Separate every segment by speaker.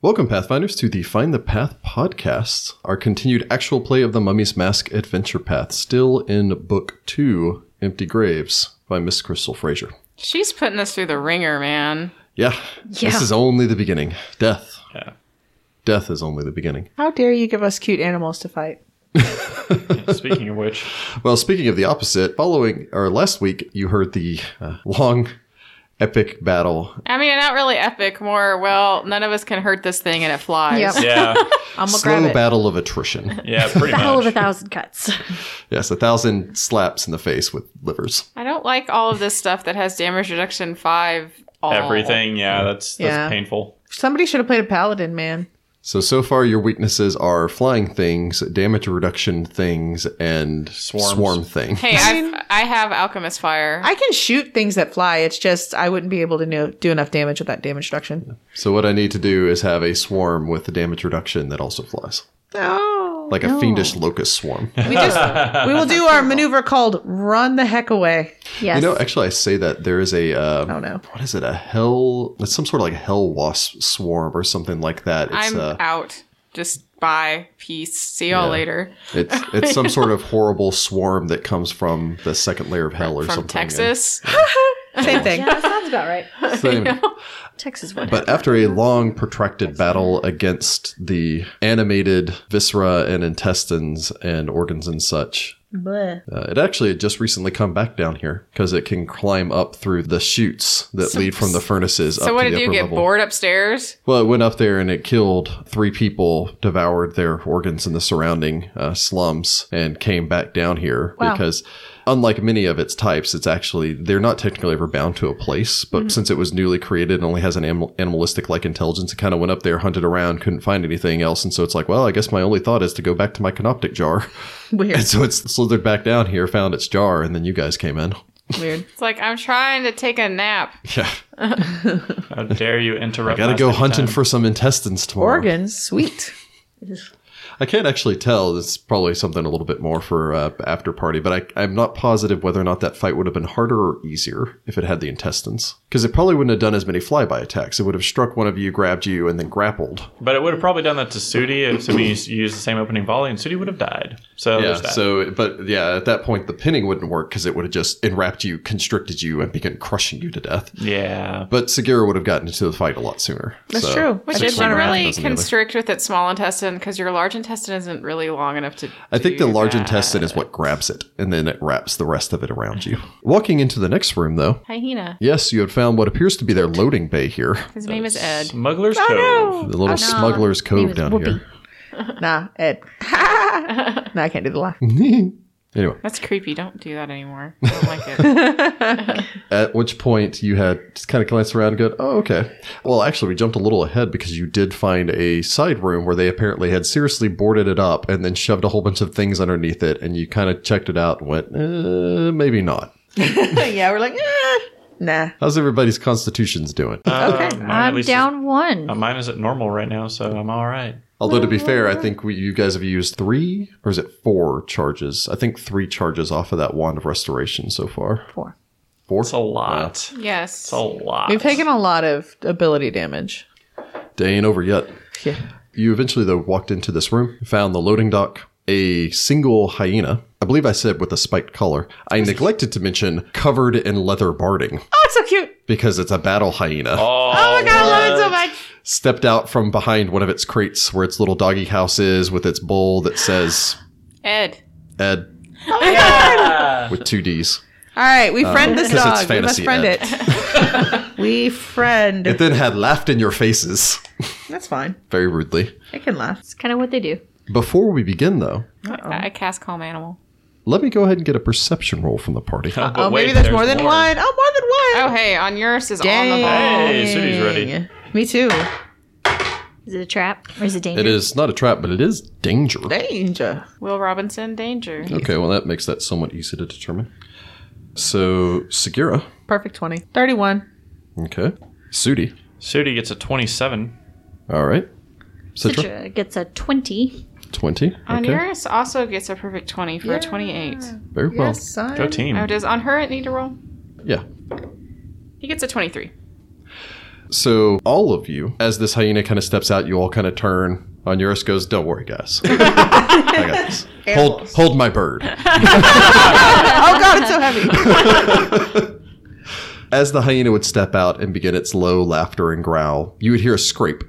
Speaker 1: Welcome, Pathfinders, to the Find the Path podcast, our continued actual play of the Mummy's Mask Adventure Path, still in Book Two, Empty Graves, by Miss Crystal Fraser.
Speaker 2: She's putting us through the ringer, man.
Speaker 1: Yeah,
Speaker 2: Yeah.
Speaker 1: this is only the beginning. Death.
Speaker 3: Yeah.
Speaker 1: Death is only the beginning.
Speaker 4: How dare you give us cute animals to fight?
Speaker 3: Speaking of which,
Speaker 1: Well, speaking of the opposite, following or last week, you heard the uh, long, epic battle.
Speaker 2: I mean, not really epic, more, well, none of us can hurt this thing and it flies.
Speaker 5: Yep.
Speaker 3: yeah,
Speaker 4: I'm gonna grab
Speaker 1: Slow
Speaker 4: it.
Speaker 1: battle of attrition.
Speaker 3: yeah, pretty
Speaker 5: The hell of a
Speaker 3: much.
Speaker 5: thousand cuts.
Speaker 1: yes, a thousand slaps in the face with livers.
Speaker 2: I don't like all of this stuff that has damage reduction 5 all.
Speaker 3: Everything, yeah, that's that's
Speaker 4: Yeah.
Speaker 3: painful.
Speaker 4: Somebody should have played a paladin, man.
Speaker 1: So so far, your weaknesses are flying things, damage reduction things, and
Speaker 3: Swarms.
Speaker 1: swarm thing.
Speaker 2: Hey, I've, I have Alchemist Fire.
Speaker 4: I can shoot things that fly. It's just I wouldn't be able to know, do enough damage with that damage reduction.
Speaker 1: So what I need to do is have a swarm with the damage reduction that also flies,
Speaker 4: No.
Speaker 1: like a fiendish locust swarm.
Speaker 4: We just we will do our maneuver called "Run the heck away."
Speaker 5: Yes.
Speaker 1: You know, actually, I say that there is a uh,
Speaker 4: Oh no.
Speaker 1: what is it? A hell? It's some sort of like hell wasp swarm or something like that. It's
Speaker 2: I'm
Speaker 1: uh,
Speaker 2: out. Just bye. Peace. See y'all
Speaker 1: Yeah.
Speaker 2: later.
Speaker 1: it's it's some sort of horrible swarm that comes from the second layer of hell or
Speaker 2: From
Speaker 1: something.
Speaker 2: Texas.
Speaker 4: Same thing.
Speaker 5: that sounds about right.
Speaker 1: And- Same.
Speaker 5: Texas would.
Speaker 1: But after a long, protracted battle against the animated viscera and intestines and organs and such, uh, it actually had just recently come back down here because it can climb up through the chutes that lead from the furnaces up
Speaker 2: So what
Speaker 1: to
Speaker 2: did
Speaker 1: the
Speaker 2: you
Speaker 1: upper
Speaker 2: get
Speaker 1: level.
Speaker 2: bored upstairs?
Speaker 1: Well, it went up there and it killed three people, devoured their organs in the surrounding uh, slums, and came back down here
Speaker 4: Wow.
Speaker 1: because. Unlike many of its types, it's actually they're not technically ever bound to a place.
Speaker 4: Mm-hmm.
Speaker 1: But since it was newly created and only has an animal, animalistic like intelligence, it kind of went up there, hunted around, couldn't find anything else, and so it's like, well, I guess my only thought is to go back to my canoptic jar.
Speaker 4: Weird.
Speaker 1: and so it's slithered back down here, found its jar, and then you guys came in.
Speaker 4: Weird.
Speaker 2: It's like, I'm trying to take a nap.
Speaker 1: Yeah,
Speaker 3: How dare you interrupt?
Speaker 1: gotta
Speaker 3: us
Speaker 1: go
Speaker 3: every
Speaker 1: hunting
Speaker 3: time.
Speaker 1: for some intestines tomorrow.
Speaker 4: Organs, sweet.
Speaker 1: I can't actually tell. It's probably something a little bit more for uh, after party, but I, I'm not positive whether or not that fight would have been harder or easier if it had the intestines. Because it probably wouldn't have done as many flyby attacks. It would have struck one of you, grabbed you, and then grappled.
Speaker 3: But it would have probably done that to Sudi, assuming you s- you used the same opening volley, and Sudi would have died. So
Speaker 1: yeah.
Speaker 3: Oh, there's that.
Speaker 1: So, but yeah, at that point, the pinning wouldn't work because it would have just enwrapped you, constricted you, and begun crushing you to death.
Speaker 3: yeah,
Speaker 1: But Segura would have gotten into the fight a lot sooner.
Speaker 4: That's true.
Speaker 2: Which
Speaker 4: That's
Speaker 2: it
Speaker 1: Six
Speaker 2: would
Speaker 4: true.
Speaker 1: one around,
Speaker 2: really
Speaker 1: doesn't the other.
Speaker 2: constrict with its small intestine because your large intestine isn't really long enough to.
Speaker 1: I think the
Speaker 2: do
Speaker 1: large
Speaker 2: that.
Speaker 1: intestine is what grabs it, and then it wraps the rest of it around you. Walking into the next room, though,
Speaker 2: Hyena.
Speaker 1: Yes, you had found what appears to be their loading bay here.
Speaker 2: His name is Ed.
Speaker 3: Smuggler's
Speaker 4: Oh,
Speaker 3: Cove.
Speaker 1: The little smuggler's cove
Speaker 5: was
Speaker 1: down
Speaker 5: Whoopi.
Speaker 4: Nah, Ed. no, I can't do the laugh.
Speaker 1: here. anyway,
Speaker 2: That's creepy. Don't do that anymore. I don't like it.
Speaker 1: at which point you had just kind of glanced around and go, oh, okay. Well, actually, we jumped a little ahead because you did find a side room where they apparently had seriously boarded it up and then shoved a whole bunch of things underneath it, and you kind of checked it out and went, eh, maybe not.
Speaker 4: yeah, we're like, eh, nah.
Speaker 1: How's everybody's constitutions doing?
Speaker 3: Uh,
Speaker 4: Okay.
Speaker 3: mine at
Speaker 5: I'm
Speaker 3: least is-
Speaker 5: down one.
Speaker 3: uh, mine is at normal right now, so I'm all right.
Speaker 1: Although, to be fair, I think we, you guys have used three, or is it four charges? I think three charges off of that Wand of Restoration so far.
Speaker 5: Four.
Speaker 1: Four?
Speaker 3: It's a lot.
Speaker 2: Yes.
Speaker 3: It's a lot.
Speaker 4: We've taken a lot of ability damage.
Speaker 1: Day ain't over yet.
Speaker 4: Yeah.
Speaker 1: You eventually, though, walked into this room, found the loading dock, a single hyena. I believe I said with a spiked collar. I neglected to mention covered in leather barding
Speaker 4: Oh, it's so cute.
Speaker 1: because it's a battle hyena.
Speaker 3: Oh,
Speaker 4: Oh my god,
Speaker 1: Uh,
Speaker 4: I love it so much.
Speaker 1: Stepped out from behind one of its crates where its little doggy house is with its bowl that says
Speaker 2: Ed.
Speaker 1: Ed
Speaker 3: Yeah.
Speaker 1: with two D's.
Speaker 4: All right, we friend this
Speaker 1: uh, Because it's
Speaker 4: dog. We must
Speaker 1: fantasy
Speaker 4: friend
Speaker 1: Ed.
Speaker 4: it. we friend.
Speaker 1: It then had laughed in your faces
Speaker 4: That's fine.
Speaker 1: very rudely.
Speaker 4: I can laugh.
Speaker 5: It's kind of what they do.
Speaker 1: Before we begin, though,
Speaker 2: I, I cast Calm Animal.
Speaker 1: let me go ahead and get a perception roll from the party.
Speaker 3: But
Speaker 4: Oh,
Speaker 3: wait,
Speaker 4: maybe there's, more than one. Oh, more than
Speaker 2: Oh,
Speaker 4: one.
Speaker 2: hey. On yours is on the ball.
Speaker 4: Dang.
Speaker 3: Hey, Sudi's ready.
Speaker 4: Me too.
Speaker 5: Is it a trap or is it dangerous?
Speaker 1: It is not a trap, but it is danger.
Speaker 4: Danger.
Speaker 2: Will Robinson, danger.
Speaker 1: Okay, well, that makes that somewhat easy to determine. So, Segura.
Speaker 4: Perfect 20. 31.
Speaker 1: Okay. Sudi.
Speaker 3: Sudi gets a 27.
Speaker 1: All right. Citra.
Speaker 5: Citra gets a 20.
Speaker 1: 20.
Speaker 2: On
Speaker 1: Okay.
Speaker 2: yours also gets a perfect 20 for a 28.
Speaker 1: Very well.
Speaker 4: son.
Speaker 3: Go team.
Speaker 2: Oh, does on her it need to roll?
Speaker 1: Yeah.
Speaker 2: He gets a 23.
Speaker 1: So all of you, as this hyena kind of steps out, you all kind of turn. On Eurus goes, "Don't worry, guys. I got this. Hold,
Speaker 4: Animals.
Speaker 1: hold my bird."
Speaker 4: oh god, it's so heavy.
Speaker 1: As the hyena would step out and begin its low laughter and growl, you would hear a scrape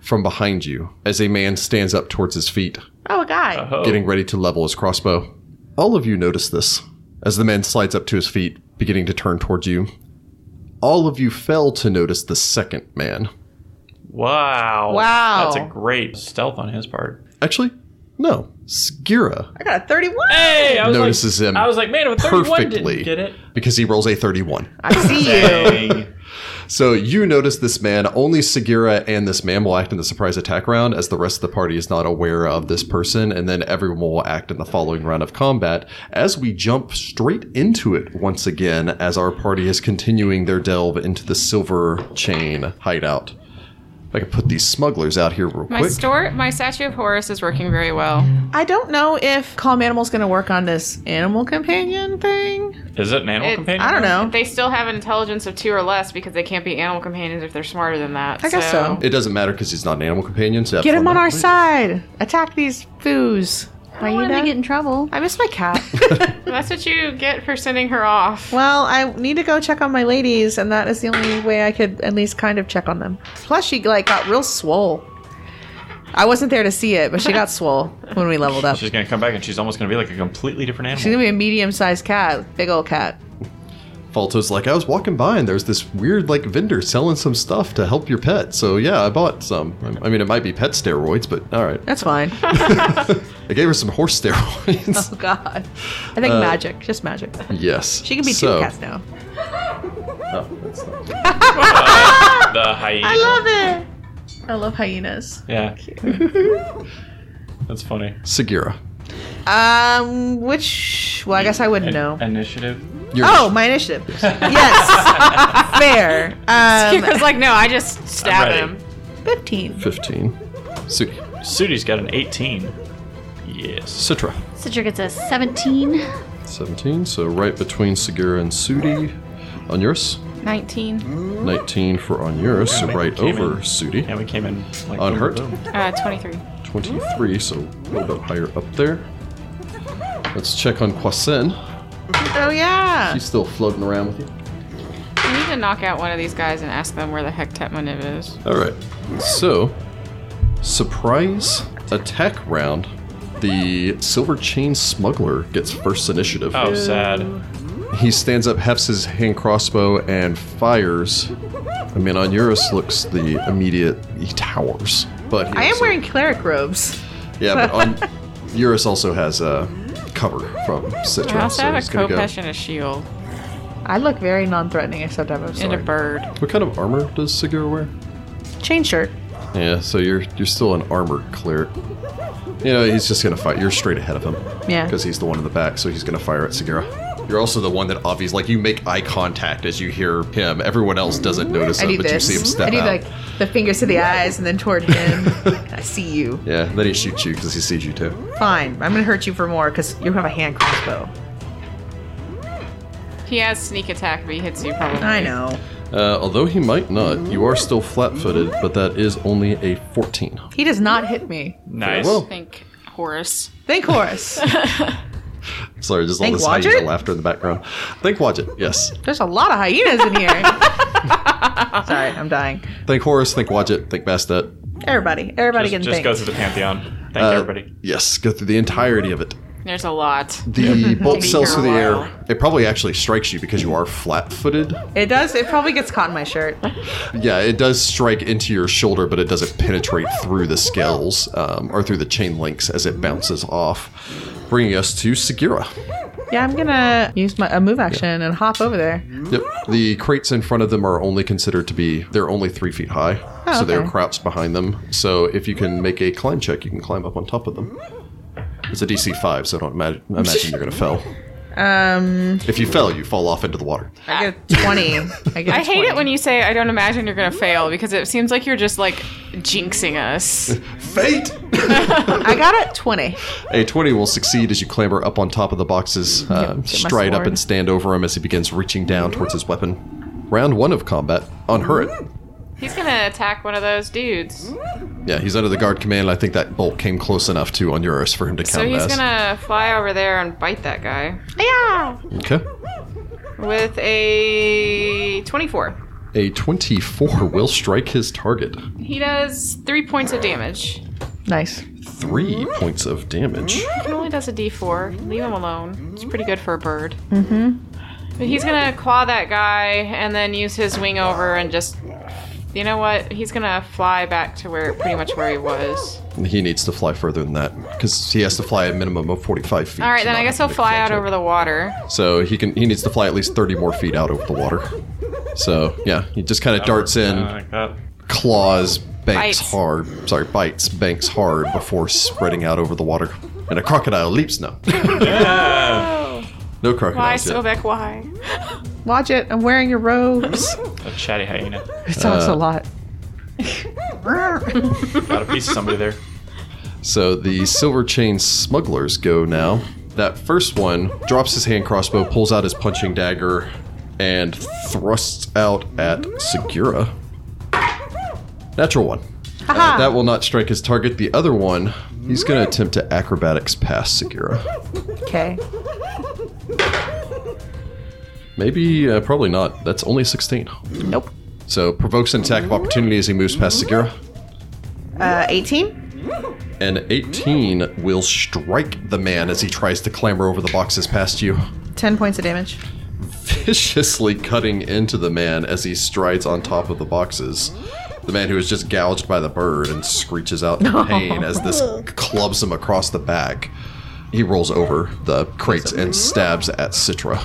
Speaker 1: from behind you as a man stands up towards his feet,
Speaker 4: Oh, a guy.
Speaker 3: Oh.
Speaker 1: getting ready to level his crossbow. All of you notice this as the man slides up to his feet, beginning to turn towards you. All of you fail to notice the second man.
Speaker 3: Wow.
Speaker 4: Wow.
Speaker 3: That's a great stealth on his part.
Speaker 1: Actually, no. Skira
Speaker 4: I got a 31.
Speaker 3: Hey, I was
Speaker 1: notices
Speaker 3: like,
Speaker 1: him
Speaker 3: I was like, man, if a 31
Speaker 1: perfectly
Speaker 3: didn't get it.
Speaker 1: because he rolls a 31.
Speaker 4: I see you.
Speaker 3: Dang.
Speaker 1: So you notice this man. Only Sagira and this man will act in the surprise attack round, as the rest of the party is not aware of this person, and then everyone will act in the following round of combat. As we jump straight into it once again, as our party is continuing their delve into the Silver Chain hideout. If I can put these smugglers out here real
Speaker 2: My
Speaker 1: quick.
Speaker 2: store, my statue of Horus is working very well.
Speaker 4: I don't know if Calm Animal's going to work on this animal companion thing.
Speaker 3: Is it an animal
Speaker 2: It-
Speaker 3: companion?
Speaker 4: I don't know.
Speaker 2: They still have an intelligence of two or less because they can't be animal companions if they're smarter than that.
Speaker 4: I guess so.
Speaker 1: it doesn't matter because he's not an animal companion. So
Speaker 4: Get
Speaker 1: have
Speaker 4: him
Speaker 1: fun
Speaker 4: on
Speaker 1: that
Speaker 4: our
Speaker 1: way.
Speaker 4: side. Attack these foos.
Speaker 5: Why you
Speaker 4: Hyena?
Speaker 5: gonna Oh, get in trouble?
Speaker 4: I miss my cat.
Speaker 2: That's what you get for sending her off.
Speaker 4: well, I need to go check on my ladies, and that is the only way I could at least kind of check on them. Plus, she like got real swole. I wasn't there to see it, but she got swole when we leveled up.
Speaker 3: She's going to come back and she's almost going to be like a completely different animal.
Speaker 4: She's gonna be a medium-sized cat, big old cat.
Speaker 1: Falto's like, I was walking by and there's this weird like vendor selling some stuff to help your pet. So yeah, I bought some. I- I mean, it might be pet steroids, but all right.
Speaker 4: That's fine.
Speaker 1: I gave her some horse steroids.
Speaker 4: oh God, I think magic, just magic.
Speaker 1: yes.
Speaker 4: She can be
Speaker 1: So-
Speaker 4: two cats now.
Speaker 1: Oh, that's not-
Speaker 3: the hyena.
Speaker 4: I love it. I love hyenas.
Speaker 3: yeah. That's funny.
Speaker 1: Sagira.
Speaker 4: Um, which well, I guess I wouldn't
Speaker 3: In-
Speaker 4: know.
Speaker 3: Initiative.
Speaker 1: You're
Speaker 4: Oh, my initiative. Yes, fair.
Speaker 2: She
Speaker 4: Um,
Speaker 2: was like, no, I just stab
Speaker 3: ready.
Speaker 2: him.
Speaker 4: fifteen.
Speaker 1: 15. Su-
Speaker 3: Sudi's got an 18. Yes.
Speaker 1: Citra.
Speaker 5: Citra gets a 17.
Speaker 1: 17. So right between Sagira and Sudi. Onuris. Mm.
Speaker 2: 19,
Speaker 1: 19 for Onuris. So
Speaker 3: Yeah,
Speaker 1: right
Speaker 3: came
Speaker 1: over
Speaker 3: in.
Speaker 1: Sudi.
Speaker 3: Yeah, we came in like
Speaker 1: Unhurt?
Speaker 3: boom, boom.
Speaker 2: uh, 23.
Speaker 1: 23. So a little bit higher up there. Let's check on Kwasen.
Speaker 4: Oh yeah.
Speaker 1: He's still floating around with you.
Speaker 2: We need to knock out one of these guys and ask them where the heck Tetmanib is.
Speaker 1: All right. So, surprise attack round. The silver chain smuggler gets first initiative.
Speaker 3: Oh, sad.
Speaker 1: He stands up, hefts his hand crossbow, and fires. I mean, on Eurus looks the immediate. He towers, but he
Speaker 4: I am
Speaker 1: also-
Speaker 4: wearing cleric robes.
Speaker 1: Yeah, but on Eurus also has a cover from Citra.
Speaker 2: I also have a
Speaker 1: he's gonna go-
Speaker 2: Kopesh and a shield
Speaker 4: I look very non-threatening, except I have a
Speaker 2: and a
Speaker 4: sword.
Speaker 2: bird.
Speaker 1: What kind of armor does Sigur wear?
Speaker 4: Chain shirt.
Speaker 1: Yeah, so you're you're still an armored cleric. You know, he's just gonna fight. You're straight ahead of him.
Speaker 4: Yeah.
Speaker 1: Because he's the one in the back, so he's gonna fire at Sagira. You're also the one that obviously, like, you make eye contact as you hear him. Everyone else doesn't notice
Speaker 4: Mm-hmm. I
Speaker 1: him,
Speaker 4: do
Speaker 1: but
Speaker 4: this.
Speaker 1: you see him step
Speaker 4: I do
Speaker 1: out.
Speaker 4: like the fingers to the eyes and then toward him. I see you.
Speaker 1: yeah, then he shoots you because he sees you too.
Speaker 4: Fine. I'm gonna hurt you for more because you have a hand crossbow.
Speaker 2: He has sneak attack, but he hits you probably.
Speaker 4: I know.
Speaker 1: Uh, although he might not, you are still flat-footed, but that is only a 14.
Speaker 4: He does not hit me.
Speaker 3: Nice.
Speaker 1: well.
Speaker 2: Think Horus.
Speaker 4: Thank Horus.
Speaker 1: Sorry, just all
Speaker 4: Think
Speaker 1: this
Speaker 4: Wadjet?
Speaker 1: hyena laughter in the background. Think Wadjet, yes.
Speaker 4: There's a lot of hyenas in here. Sorry, I'm dying.
Speaker 1: Think Horus, think Wadjet, think Bastet.
Speaker 4: Everybody, everybody
Speaker 3: Just,
Speaker 4: can
Speaker 3: just
Speaker 4: think.
Speaker 3: go through the pantheon. Thank
Speaker 1: Uh,
Speaker 3: everybody.
Speaker 1: Yes, go through the entirety of it.
Speaker 2: There's a lot.
Speaker 1: The bolt
Speaker 2: Be
Speaker 1: sails
Speaker 2: here
Speaker 1: through
Speaker 2: a
Speaker 1: the
Speaker 2: while.
Speaker 1: air. It probably actually strikes you because you are flat footed.
Speaker 4: It does. It probably gets caught in my shirt.
Speaker 1: Yeah, it does strike into your shoulder, but it doesn't penetrate through the scales um, or through the chain links as it bounces off. Bringing us to Segura.
Speaker 4: Yeah, I'm gonna use my a move action and hop over there.
Speaker 1: Yep. The crates in front of them are only considered to be, they're only three feet high. so they're
Speaker 4: Oh, okay.
Speaker 1: crouched behind them. So if you can make a climb check, you can climb up on top of them. It's a DC 5, so I don't imagine, imagine you're going to fail.
Speaker 4: Um,
Speaker 1: If you fail, you fall off into the water.
Speaker 4: I get a twenty. I get.
Speaker 2: I hate it when you say, I don't imagine you're going to fail because it seems like you're just like jinxing us.
Speaker 1: Fate!
Speaker 4: I got it. Twenty.
Speaker 1: A 20 will succeed as you clamber up on top of the boxes, uh,
Speaker 4: my
Speaker 1: stride up
Speaker 4: sword.
Speaker 1: and stand over him as he begins reaching down towards his weapon. Round one of combat on Hurrit.
Speaker 2: He's gonna attack one of those dudes.
Speaker 1: Mm. Yeah, he's under the guard command. And I think that bolt came close enough to on Eurus for him to count
Speaker 2: So he's
Speaker 1: as.
Speaker 2: gonna fly over there and bite that guy
Speaker 5: Yeah.
Speaker 1: Okay.
Speaker 2: with a 24.
Speaker 1: A 24 will strike his target.
Speaker 2: He does three points of damage.
Speaker 4: Nice.
Speaker 1: Three points of damage.
Speaker 2: He only does a d4. Leave him alone. It's pretty good for a bird. Mm-hmm. But he's gonna claw that guy and then use his wing over and just. You know what? He's gonna fly back to where pretty much where he was.
Speaker 1: He needs to fly further than that because he has to fly a minimum of 45 feet.
Speaker 2: All right, then I guess he'll fly out
Speaker 1: over
Speaker 2: over the water.
Speaker 1: So he can he needs to fly at least 30 more feet out over the water. So yeah, he just kind of darts
Speaker 3: Uh,
Speaker 1: in,
Speaker 3: like that.
Speaker 1: claws, banks
Speaker 2: Bites.
Speaker 1: hard. Sorry, bites, banks hard before spreading out over the water. And a crocodile leaps. No,
Speaker 3: Yeah.
Speaker 1: no crocodile.
Speaker 2: Why, Sobek? Why?
Speaker 4: Watch it. I'm wearing your robes.
Speaker 3: A chatty hyena.
Speaker 4: It sounds
Speaker 1: Uh,
Speaker 4: a lot.
Speaker 3: Got a piece of somebody there.
Speaker 1: So the silver chain smugglers go now. That first one drops his hand crossbow, pulls out his punching dagger, and thrusts out at Segura. Natural one. Uh, that will not strike his target. The other one, he's going to attempt to acrobatics past Segura.
Speaker 4: Okay.
Speaker 1: Maybe, uh, probably not. That's only 16.
Speaker 4: Nope.
Speaker 1: So provokes an attack of opportunity as he moves past Segura.
Speaker 4: Uh, 18?
Speaker 1: And 18 will strike the man as he tries to clamber over the boxes past you.
Speaker 4: 10 points of damage.
Speaker 1: viciously cutting into the man as he strides on top of the boxes. The man who is just gouged by the bird and screeches out in pain as this clubs him across the back. He rolls over the crates and stabs at Citra.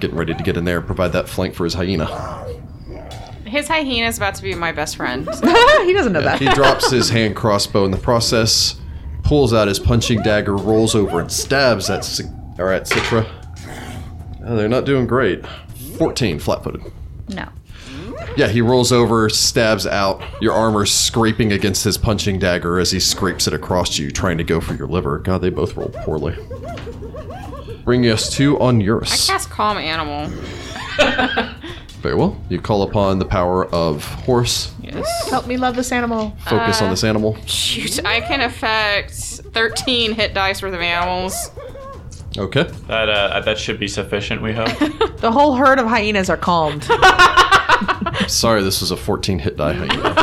Speaker 1: Getting ready to get in there and provide that flank for his hyena.
Speaker 2: His hyena's about to be my best friend.
Speaker 4: he doesn't know
Speaker 1: He
Speaker 4: that.
Speaker 1: drops his hand crossbow in the process, pulls out his punching dagger, rolls over and stabs at, C- or at Citra. Oh, they're not doing great. 14 flat footed.
Speaker 5: No.
Speaker 1: Yeah, he rolls over, stabs out. Your armor scraping against his punching dagger as he scrapes it across you, trying to go for your liver. God, they both rolled poorly. Bringing us to on Eurus.
Speaker 2: Cast calm animal.
Speaker 1: Very well. You call upon the power of horse.
Speaker 2: Yes.
Speaker 4: Help me love this animal.
Speaker 1: Focus on this animal.
Speaker 2: Shoot, I can affect 13 hit dice worth of animals.
Speaker 1: Okay.
Speaker 3: That uh, that should be sufficient. We hope.
Speaker 4: The whole herd of hyenas are calmed.
Speaker 1: Sorry, this was a 14 hit die. hyena.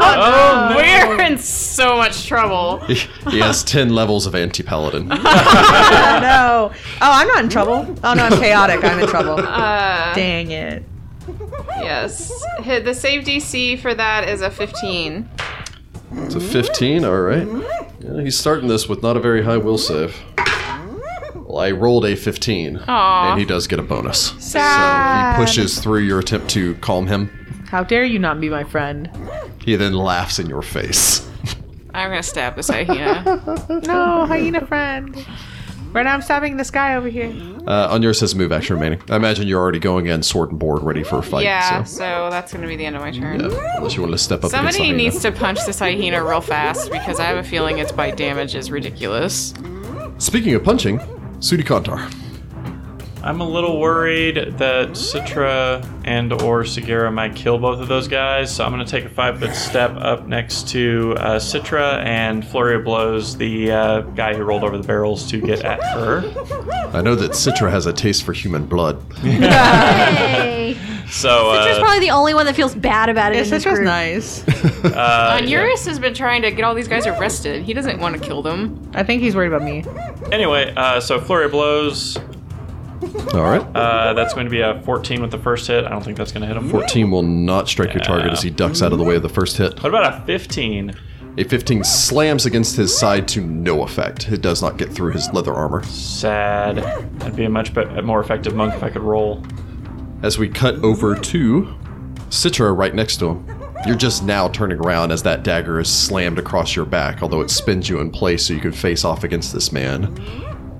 Speaker 3: oh no!
Speaker 2: We're in so much trouble.
Speaker 1: he he has 10 levels of anti paladin.
Speaker 4: oh, no. Oh, I'm not in trouble. Oh, no, I'm chaotic. I'm in trouble. Dang it.
Speaker 2: Yes. Hit- The save DC for that is a 15.
Speaker 1: It's a 15, all right. Yeah, he's starting this with not a very high will save. Well, I rolled a 15,
Speaker 2: Aw.
Speaker 1: and he does get a bonus.
Speaker 4: Sad.
Speaker 1: So he pushes through your attempt to calm him.
Speaker 4: How dare you not be my friend?
Speaker 1: He then laughs in your face.
Speaker 2: I'm gonna stab this hyena.
Speaker 4: No, hyena friend. Right now, I'm stabbing this guy over here.
Speaker 1: Uh, on yours says move action remaining. I imagine you're already going in sword and board ready for a fight.
Speaker 2: yeah,
Speaker 1: So.
Speaker 2: so that's gonna be the end of my turn.
Speaker 1: Yeah, unless you want to step up. against the
Speaker 2: Somebody
Speaker 1: hyena.
Speaker 2: needs to punch this hyena real fast because I have a feeling its bite damage is ridiculous.
Speaker 1: Speaking of punching, Sudi Kantar.
Speaker 3: I'm a little worried that Citra and or Segura might kill both of those guys, so I'm gonna take a five foot step up next to uh, Citra and flurry of blows the uh, guy who rolled over the barrels to get at her.
Speaker 1: I know that Citra has a taste for human blood.
Speaker 5: Hey.
Speaker 3: So
Speaker 5: Citra's
Speaker 3: uh,
Speaker 5: probably the only one that feels bad about it. in this group.
Speaker 4: nice.
Speaker 3: uh,
Speaker 2: And Eurus has been trying to get all these guys arrested. He doesn't want to kill them.
Speaker 4: I think he's worried about me.
Speaker 3: anyway, uh, so flurry of blows.
Speaker 1: All right.
Speaker 3: Uh, that's going to be a 14 with the first hit. I don't think that's going to hit him.
Speaker 1: 14 will not strike your target as he ducks out of the way of the first hit.
Speaker 3: What about a 15?
Speaker 1: A 15 slams against his side to no effect. It does not get through his leather armor.
Speaker 3: Sad. That'd be a much be- a more effective monk if I could roll.
Speaker 1: As we cut over to Citra right next to him, you're just now turning around as that dagger is slammed across your back, although it spins you in place so you can face off against this man.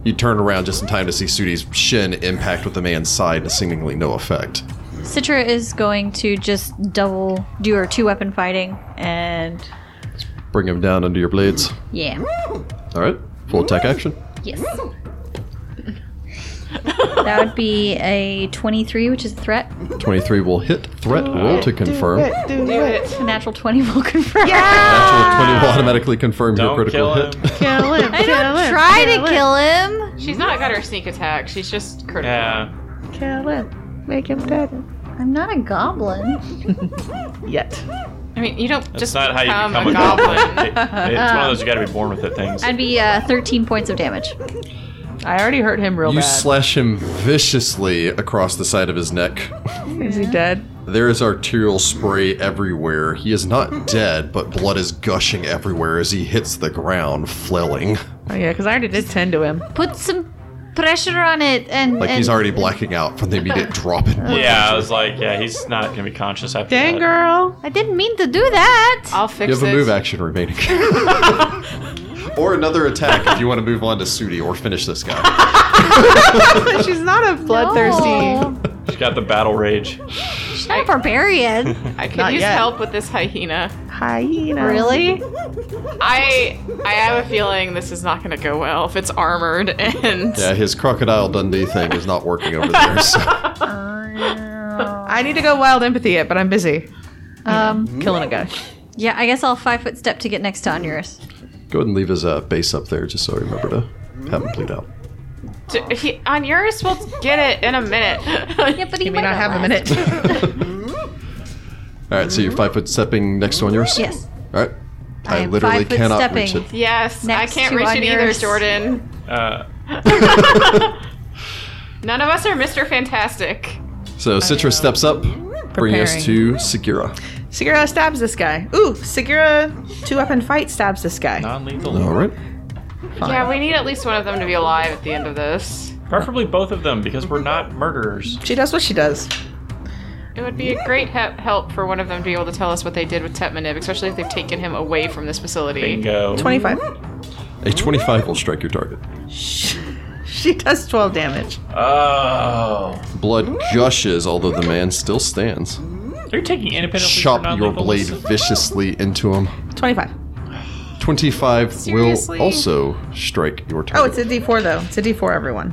Speaker 1: You turn around just in time to see Sudi's shin impact with the man's side to seemingly no effect.
Speaker 5: Citra is going to just double do her two weapon fighting and
Speaker 1: Bring him down under your blades.
Speaker 5: yeah.
Speaker 1: All right, full attack action.
Speaker 5: Yes. that would be a 23, which is a threat.
Speaker 1: 23 will hit threat roll to confirm. Natural
Speaker 4: Do
Speaker 2: Do it.
Speaker 5: A natural 20 will confirm.
Speaker 4: Yeah!
Speaker 1: 20 will automatically confirm your
Speaker 3: Don't
Speaker 1: critical
Speaker 3: kill him.
Speaker 1: hit.
Speaker 4: Ah. Kill him.
Speaker 5: I don't try to kill him.
Speaker 2: She's not got her sneak attack. She's just critical.
Speaker 3: Yeah.
Speaker 4: Kill him. Make him dead.
Speaker 5: I'm not a goblin.
Speaker 4: Yet.
Speaker 2: I mean, you don't
Speaker 3: That's
Speaker 2: just
Speaker 3: not how you
Speaker 2: become,
Speaker 3: become
Speaker 2: a goblin.
Speaker 3: It- it's one of those you gotta be born with it things.
Speaker 5: I'd be uh, 13 points of damage.
Speaker 4: I already hurt him real
Speaker 1: You
Speaker 4: bad.
Speaker 1: slash him viciously across the side of his neck.
Speaker 4: Is he dead?
Speaker 1: There is arterial spray everywhere. He is not dead, but blood is gushing everywhere as he hits the ground, flailing.
Speaker 4: Oh yeah, because I already did ten to him.
Speaker 5: Put some pressure on it and.
Speaker 1: Like
Speaker 5: and
Speaker 1: he's already blacking out from the immediate drop in blood.
Speaker 3: Yeah, I was like, yeah, he's not gonna be conscious after
Speaker 4: Dang
Speaker 3: that.
Speaker 4: girl.
Speaker 5: I didn't mean to do that.
Speaker 2: I'll
Speaker 1: You
Speaker 2: fix
Speaker 1: have a
Speaker 2: it.
Speaker 1: move action remaining. or another attack if you want to move on to Sudi or finish this guy.
Speaker 4: She's not a bloodthirsty.
Speaker 5: No.
Speaker 3: She's got the battle rage.
Speaker 5: Oh, She's not a barbarian.
Speaker 2: I could
Speaker 4: Not
Speaker 2: use
Speaker 4: yet.
Speaker 2: help with this hyena.
Speaker 4: Hyena.
Speaker 5: really?
Speaker 2: I I have a feeling this is not going to go well if it's armored and
Speaker 1: Yeah, his crocodile Dundee thing is not working over there. So.
Speaker 4: I need to go wild empathy it, but I'm busy
Speaker 5: Um,
Speaker 4: killing a guy.
Speaker 5: yeah, I guess I'll five foot step to get next to Onuris.
Speaker 1: Go ahead and leave his uh, base up there just so I remember to have him bleed out.
Speaker 2: D- he, on yours we'll get it in a minute.
Speaker 5: Yeah, but he
Speaker 4: You may not have a minute.
Speaker 1: All right, so you're five foot stepping next to one yours?
Speaker 5: Yes.
Speaker 1: All right.
Speaker 5: I
Speaker 1: I,
Speaker 5: am
Speaker 1: literally
Speaker 5: five foot
Speaker 1: cannot
Speaker 5: stepping.
Speaker 1: reach it.
Speaker 2: yes, I
Speaker 5: Next
Speaker 2: can't
Speaker 5: to
Speaker 2: reach
Speaker 5: on
Speaker 2: it either,
Speaker 5: yours.
Speaker 2: Jordan.
Speaker 3: Uh,
Speaker 2: None of us are Mr. Fantastic.
Speaker 1: So Citra steps up, bringing us
Speaker 4: Preparing.
Speaker 1: to Segura.
Speaker 4: Segura stabs this guy. Ooh, Segura two up and fight stabs this guy.
Speaker 3: non lethal.
Speaker 1: All right.
Speaker 2: Yeah, we need at least one of them to be alive at the end of this.
Speaker 3: Preferably both of them because we're not murderers.
Speaker 4: She does what she does.
Speaker 2: It would be a great he- help for one of them to be able to tell us what they did with Tetmanib, especially if they've taken him away from this facility.
Speaker 3: Bingo.
Speaker 4: Twenty-five.
Speaker 1: A 25 will strike your target.
Speaker 4: She does twelve damage.
Speaker 3: Oh.
Speaker 1: Blood gushes, although the man still stands.
Speaker 3: Are you taking independent
Speaker 1: Chop your blade viciously into him.
Speaker 4: Twenty-five.
Speaker 1: 25
Speaker 2: Seriously?
Speaker 1: will also strike your
Speaker 4: Oh, it's
Speaker 1: target.
Speaker 4: a D four though. It's a D four, everyone.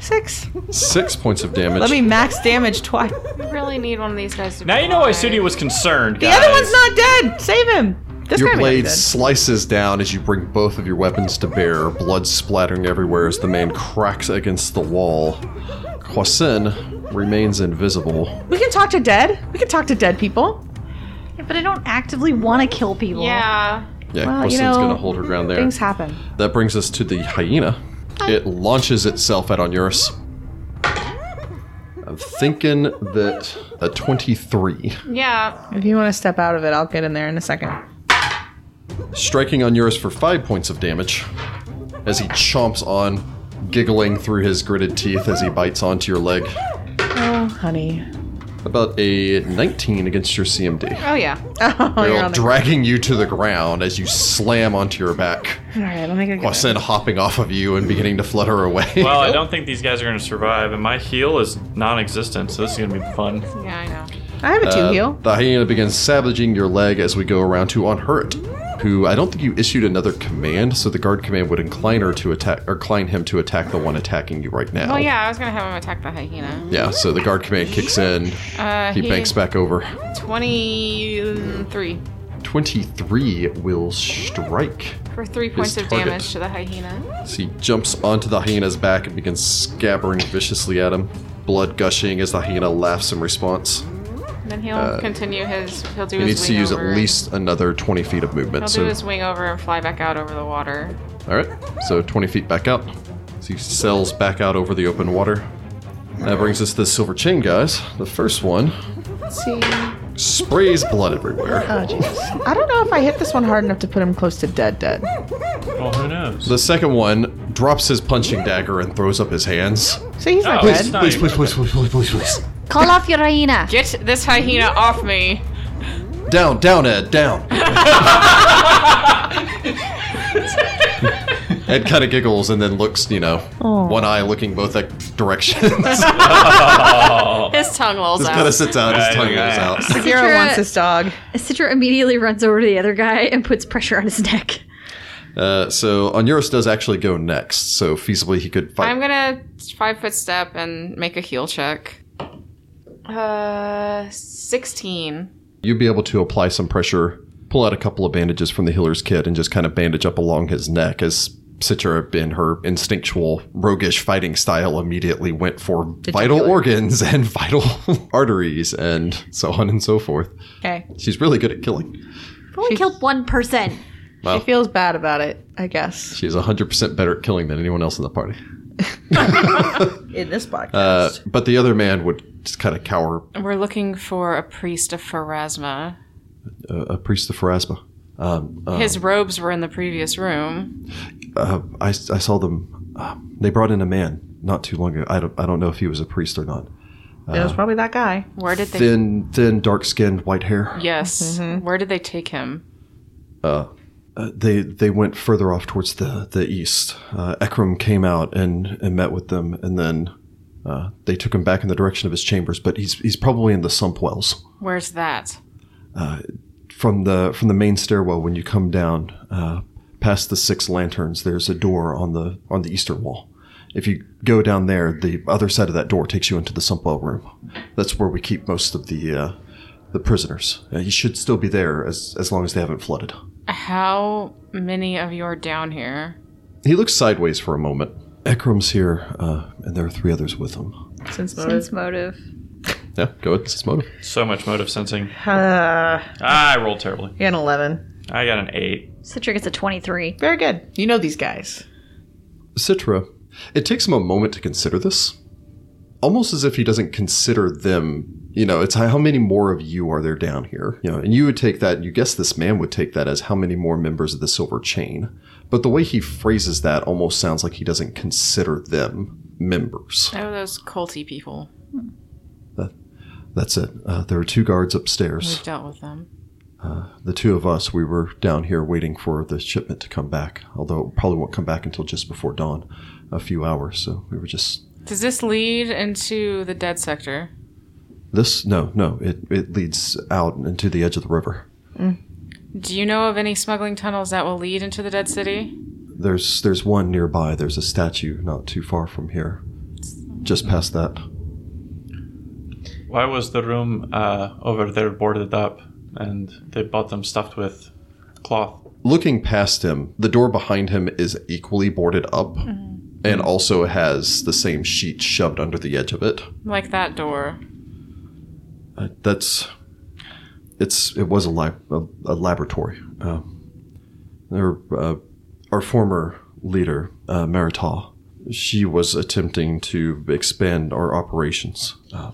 Speaker 4: Six.
Speaker 1: Six points of damage.
Speaker 4: Let me max damage twice.
Speaker 2: We really need one of these guys to be
Speaker 3: Now you know why
Speaker 2: alive.
Speaker 3: Sudi was concerned.
Speaker 4: The
Speaker 3: guys.
Speaker 4: other one's not dead. Save him. This
Speaker 1: Your
Speaker 4: guy may not be
Speaker 1: blade
Speaker 4: dead.
Speaker 1: slices down as you bring both of your weapons to bear, blood splattering everywhere as the man cracks against the wall. Kwasin remains invisible.
Speaker 4: We can talk to dead. We can talk to dead people.
Speaker 5: Yeah, but I don't actively want to kill people.
Speaker 2: Yeah.
Speaker 1: Yeah,
Speaker 4: Well,
Speaker 1: Kwasin's
Speaker 4: you know,
Speaker 1: gonna hold her ground there.
Speaker 4: Things happen.
Speaker 1: That brings us to the hyena. It launches itself at Onuris. I'm thinking that a 23.
Speaker 2: Yeah.
Speaker 4: If you want to step out of it, I'll get in there in a second.
Speaker 1: Striking Onuris for 5 points of damage as he chomps on, giggling through his gritted teeth as he bites onto your leg.
Speaker 4: Oh, honey.
Speaker 1: About a 19 against your CMD.
Speaker 2: Oh, yeah.
Speaker 4: Oh, you're
Speaker 1: They're
Speaker 4: on the. All
Speaker 1: dragging you to the ground as you slam onto your back.
Speaker 4: right, let me go. Get it.
Speaker 1: Kwasin hopping off of you and beginning to flutter away.
Speaker 3: Well, I don't think these guys are going to survive, and my heal is non-existent, so this is going to be fun.
Speaker 2: Yeah, I know.
Speaker 4: I have a two
Speaker 1: Uh,
Speaker 4: heal.
Speaker 1: The hyena begins savaging your leg as we go around to Unhurt, who I don't think you issued another command, so the guard command would incline her to attack or incline him to attack the one attacking you right now.
Speaker 2: Well, Oh, yeah, I was going to have him attack the hyena.
Speaker 1: Yeah, so the guard command kicks in.
Speaker 2: Uh,
Speaker 1: he, banks back over.
Speaker 2: 23
Speaker 1: 23 will strike.
Speaker 2: for three points of
Speaker 1: target.
Speaker 2: damage to the hyena.
Speaker 1: So he jumps onto the hyena's back and begins scabbering viciously at him, blood gushing as the hyena laughs in response.
Speaker 2: And then he'll continue his. He'll do
Speaker 1: Uh, He
Speaker 2: his
Speaker 1: needs to
Speaker 2: wing
Speaker 1: use
Speaker 2: over.
Speaker 1: at least another 20 feet of movement.
Speaker 2: He'll
Speaker 1: so
Speaker 2: do his wing over and fly back out over the water.
Speaker 1: All right, so 20 feet back out. So he sails back out over the open water. That brings us to the silver chain guys. The first one
Speaker 4: see.
Speaker 1: sprays blood everywhere.
Speaker 4: Oh, Jesus. I don't know if I hit this one hard enough to put him close to dead. Dead.
Speaker 3: Well, who knows?
Speaker 1: The second one drops his punching dagger and throws up his hands.
Speaker 4: So he's not
Speaker 3: Oh,
Speaker 4: dead.
Speaker 3: it's not even-
Speaker 1: please, please, please, please.
Speaker 5: Call off your hyena.
Speaker 2: Get this hyena off me!
Speaker 1: Down, down, Ed, down. Ed kind of giggles and then looks, you know, one eye looking both ec- directions.
Speaker 2: His tongue lolls
Speaker 1: Just
Speaker 2: out.
Speaker 1: kind of sits out, his tongue goes out.
Speaker 4: Segura wants his dog.
Speaker 5: Citra immediately runs over to the other guy and puts pressure on his neck.
Speaker 1: Uh, so Onuris does actually go next, so feasibly he could fight.
Speaker 2: I'm gonna five foot step and make a heal check. Uh, sixteen.
Speaker 1: You'd be able to apply some pressure, pull out a couple of bandages from the healer's kit, and just kind of bandage up along his neck as Citra, in her instinctual, roguish fighting style, immediately went for vital organs and vital arteries and so on and so forth.
Speaker 4: Okay.
Speaker 1: She's really good at killing.
Speaker 5: I've only killed one person.
Speaker 1: Wow.
Speaker 4: She feels bad about it, I guess.
Speaker 1: She's 100% better at killing than anyone else in the party.
Speaker 4: In this podcast.
Speaker 1: Uh, but the other man would just kind of cower
Speaker 2: We're looking for a priest of Pharasma.
Speaker 1: uh, a priest of Pharasma. Um, uh,
Speaker 2: His robes were in the previous room.
Speaker 1: uh, I, I saw them. Uh, they brought in a man not too long ago. I don't, I don't know if he was a priest or not.
Speaker 4: it
Speaker 1: uh.
Speaker 4: was probably that guy.
Speaker 2: Where did they?
Speaker 1: Thin, thin, dark skinned, white hair.
Speaker 2: yes. Where did they take him?
Speaker 1: Uh, they they went further off towards the the east. Uh, Ekram came out and, and met with them, and then uh, they took him back in the direction of his chambers. But he's he's probably in the sump wells
Speaker 2: Where's that?
Speaker 1: from the from the main stairwell. When you come down uh, past the six lanterns, there's a door on the on the eastern wall. If you go down there, the other side of that door takes you into the sump well room. That's where we keep most of the uh, the prisoners. Uh, he should still be there as as long as they haven't flooded.
Speaker 2: How many of you are down here?
Speaker 1: He looks sideways for a moment. Ekram's here, uh, and there are three others with him.
Speaker 4: Since
Speaker 5: Sense motive.
Speaker 1: Yeah, go ahead. It's motive.
Speaker 3: So much motive sensing.
Speaker 4: Uh,
Speaker 3: Ah, I rolled terribly.
Speaker 4: you got an 11.
Speaker 3: I got an eight.
Speaker 5: Citra gets a 23.
Speaker 4: Very good. You know these guys.
Speaker 1: Citra, it takes him a moment to consider this, almost as if he doesn't consider them. You know, it's how how many more of you are there down here? You know, and you would take that, you guess this man would take that as how many more members of the Silver Chain. But the way he phrases that almost sounds like he doesn't consider them members.
Speaker 2: Oh, those culty people.
Speaker 1: That's it. Uh, there are two guards upstairs.
Speaker 2: We've dealt with them.
Speaker 1: The two of us, we were down here waiting for the shipment to come back, although it probably won't come back until just before dawn, a few hours. So we were just
Speaker 2: Does this lead into the dead sector?
Speaker 1: This no, no. It it leads out into the edge of the river.
Speaker 2: Do you know of any smuggling tunnels that will lead into the dead city?
Speaker 1: There's there's one nearby. There's a statue not too far from here. Just past that.
Speaker 3: Why was the room uh, over there boarded up and they bought them stuffed with cloth?
Speaker 1: Looking past him, the door behind him is equally boarded up and also has the same sheet shoved under the edge of it.
Speaker 2: Like that door.
Speaker 1: Uh, that's it's it was a, lab, a, a laboratory. Um, there, uh, our former leader uh, Maritau, she was attempting to expand our operations, uh,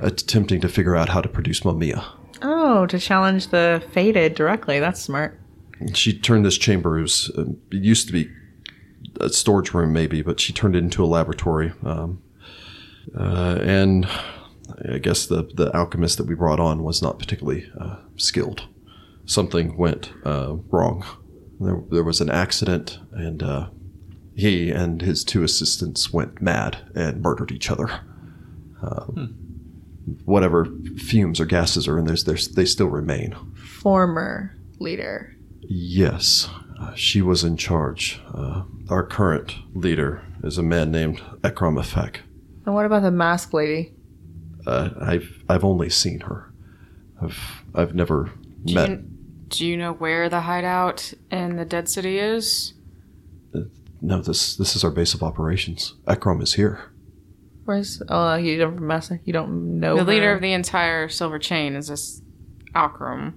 Speaker 1: attempting to figure out how to produce Mamiya.
Speaker 4: Oh, to challenge the fated directly. That's smart.
Speaker 1: She turned this chamber, it, was, uh, it used to be a storage room maybe, but she turned it into a laboratory. Um, uh, and I guess the, the alchemist that we brought on was not particularly uh, skilled. Something went uh, wrong. There, there was an accident, and uh, he and his two assistants went mad and murdered each other. Um, Whatever fumes or gases are in there, there's- they still remain.
Speaker 4: Former leader.
Speaker 1: Yes, uh, she was in charge. Uh, our current leader is a man named Ekram Efek.
Speaker 4: And what about the mask lady?
Speaker 1: Uh, I've I've only seen her. I've I've never met.
Speaker 2: you- Do you know where the hideout in the dead city is?
Speaker 1: No, this this is our base of operations. Ekram is here.
Speaker 4: Where's oh you don't mask you don't know
Speaker 2: The leader
Speaker 4: her.
Speaker 2: of the entire Silver Chain is this Akram.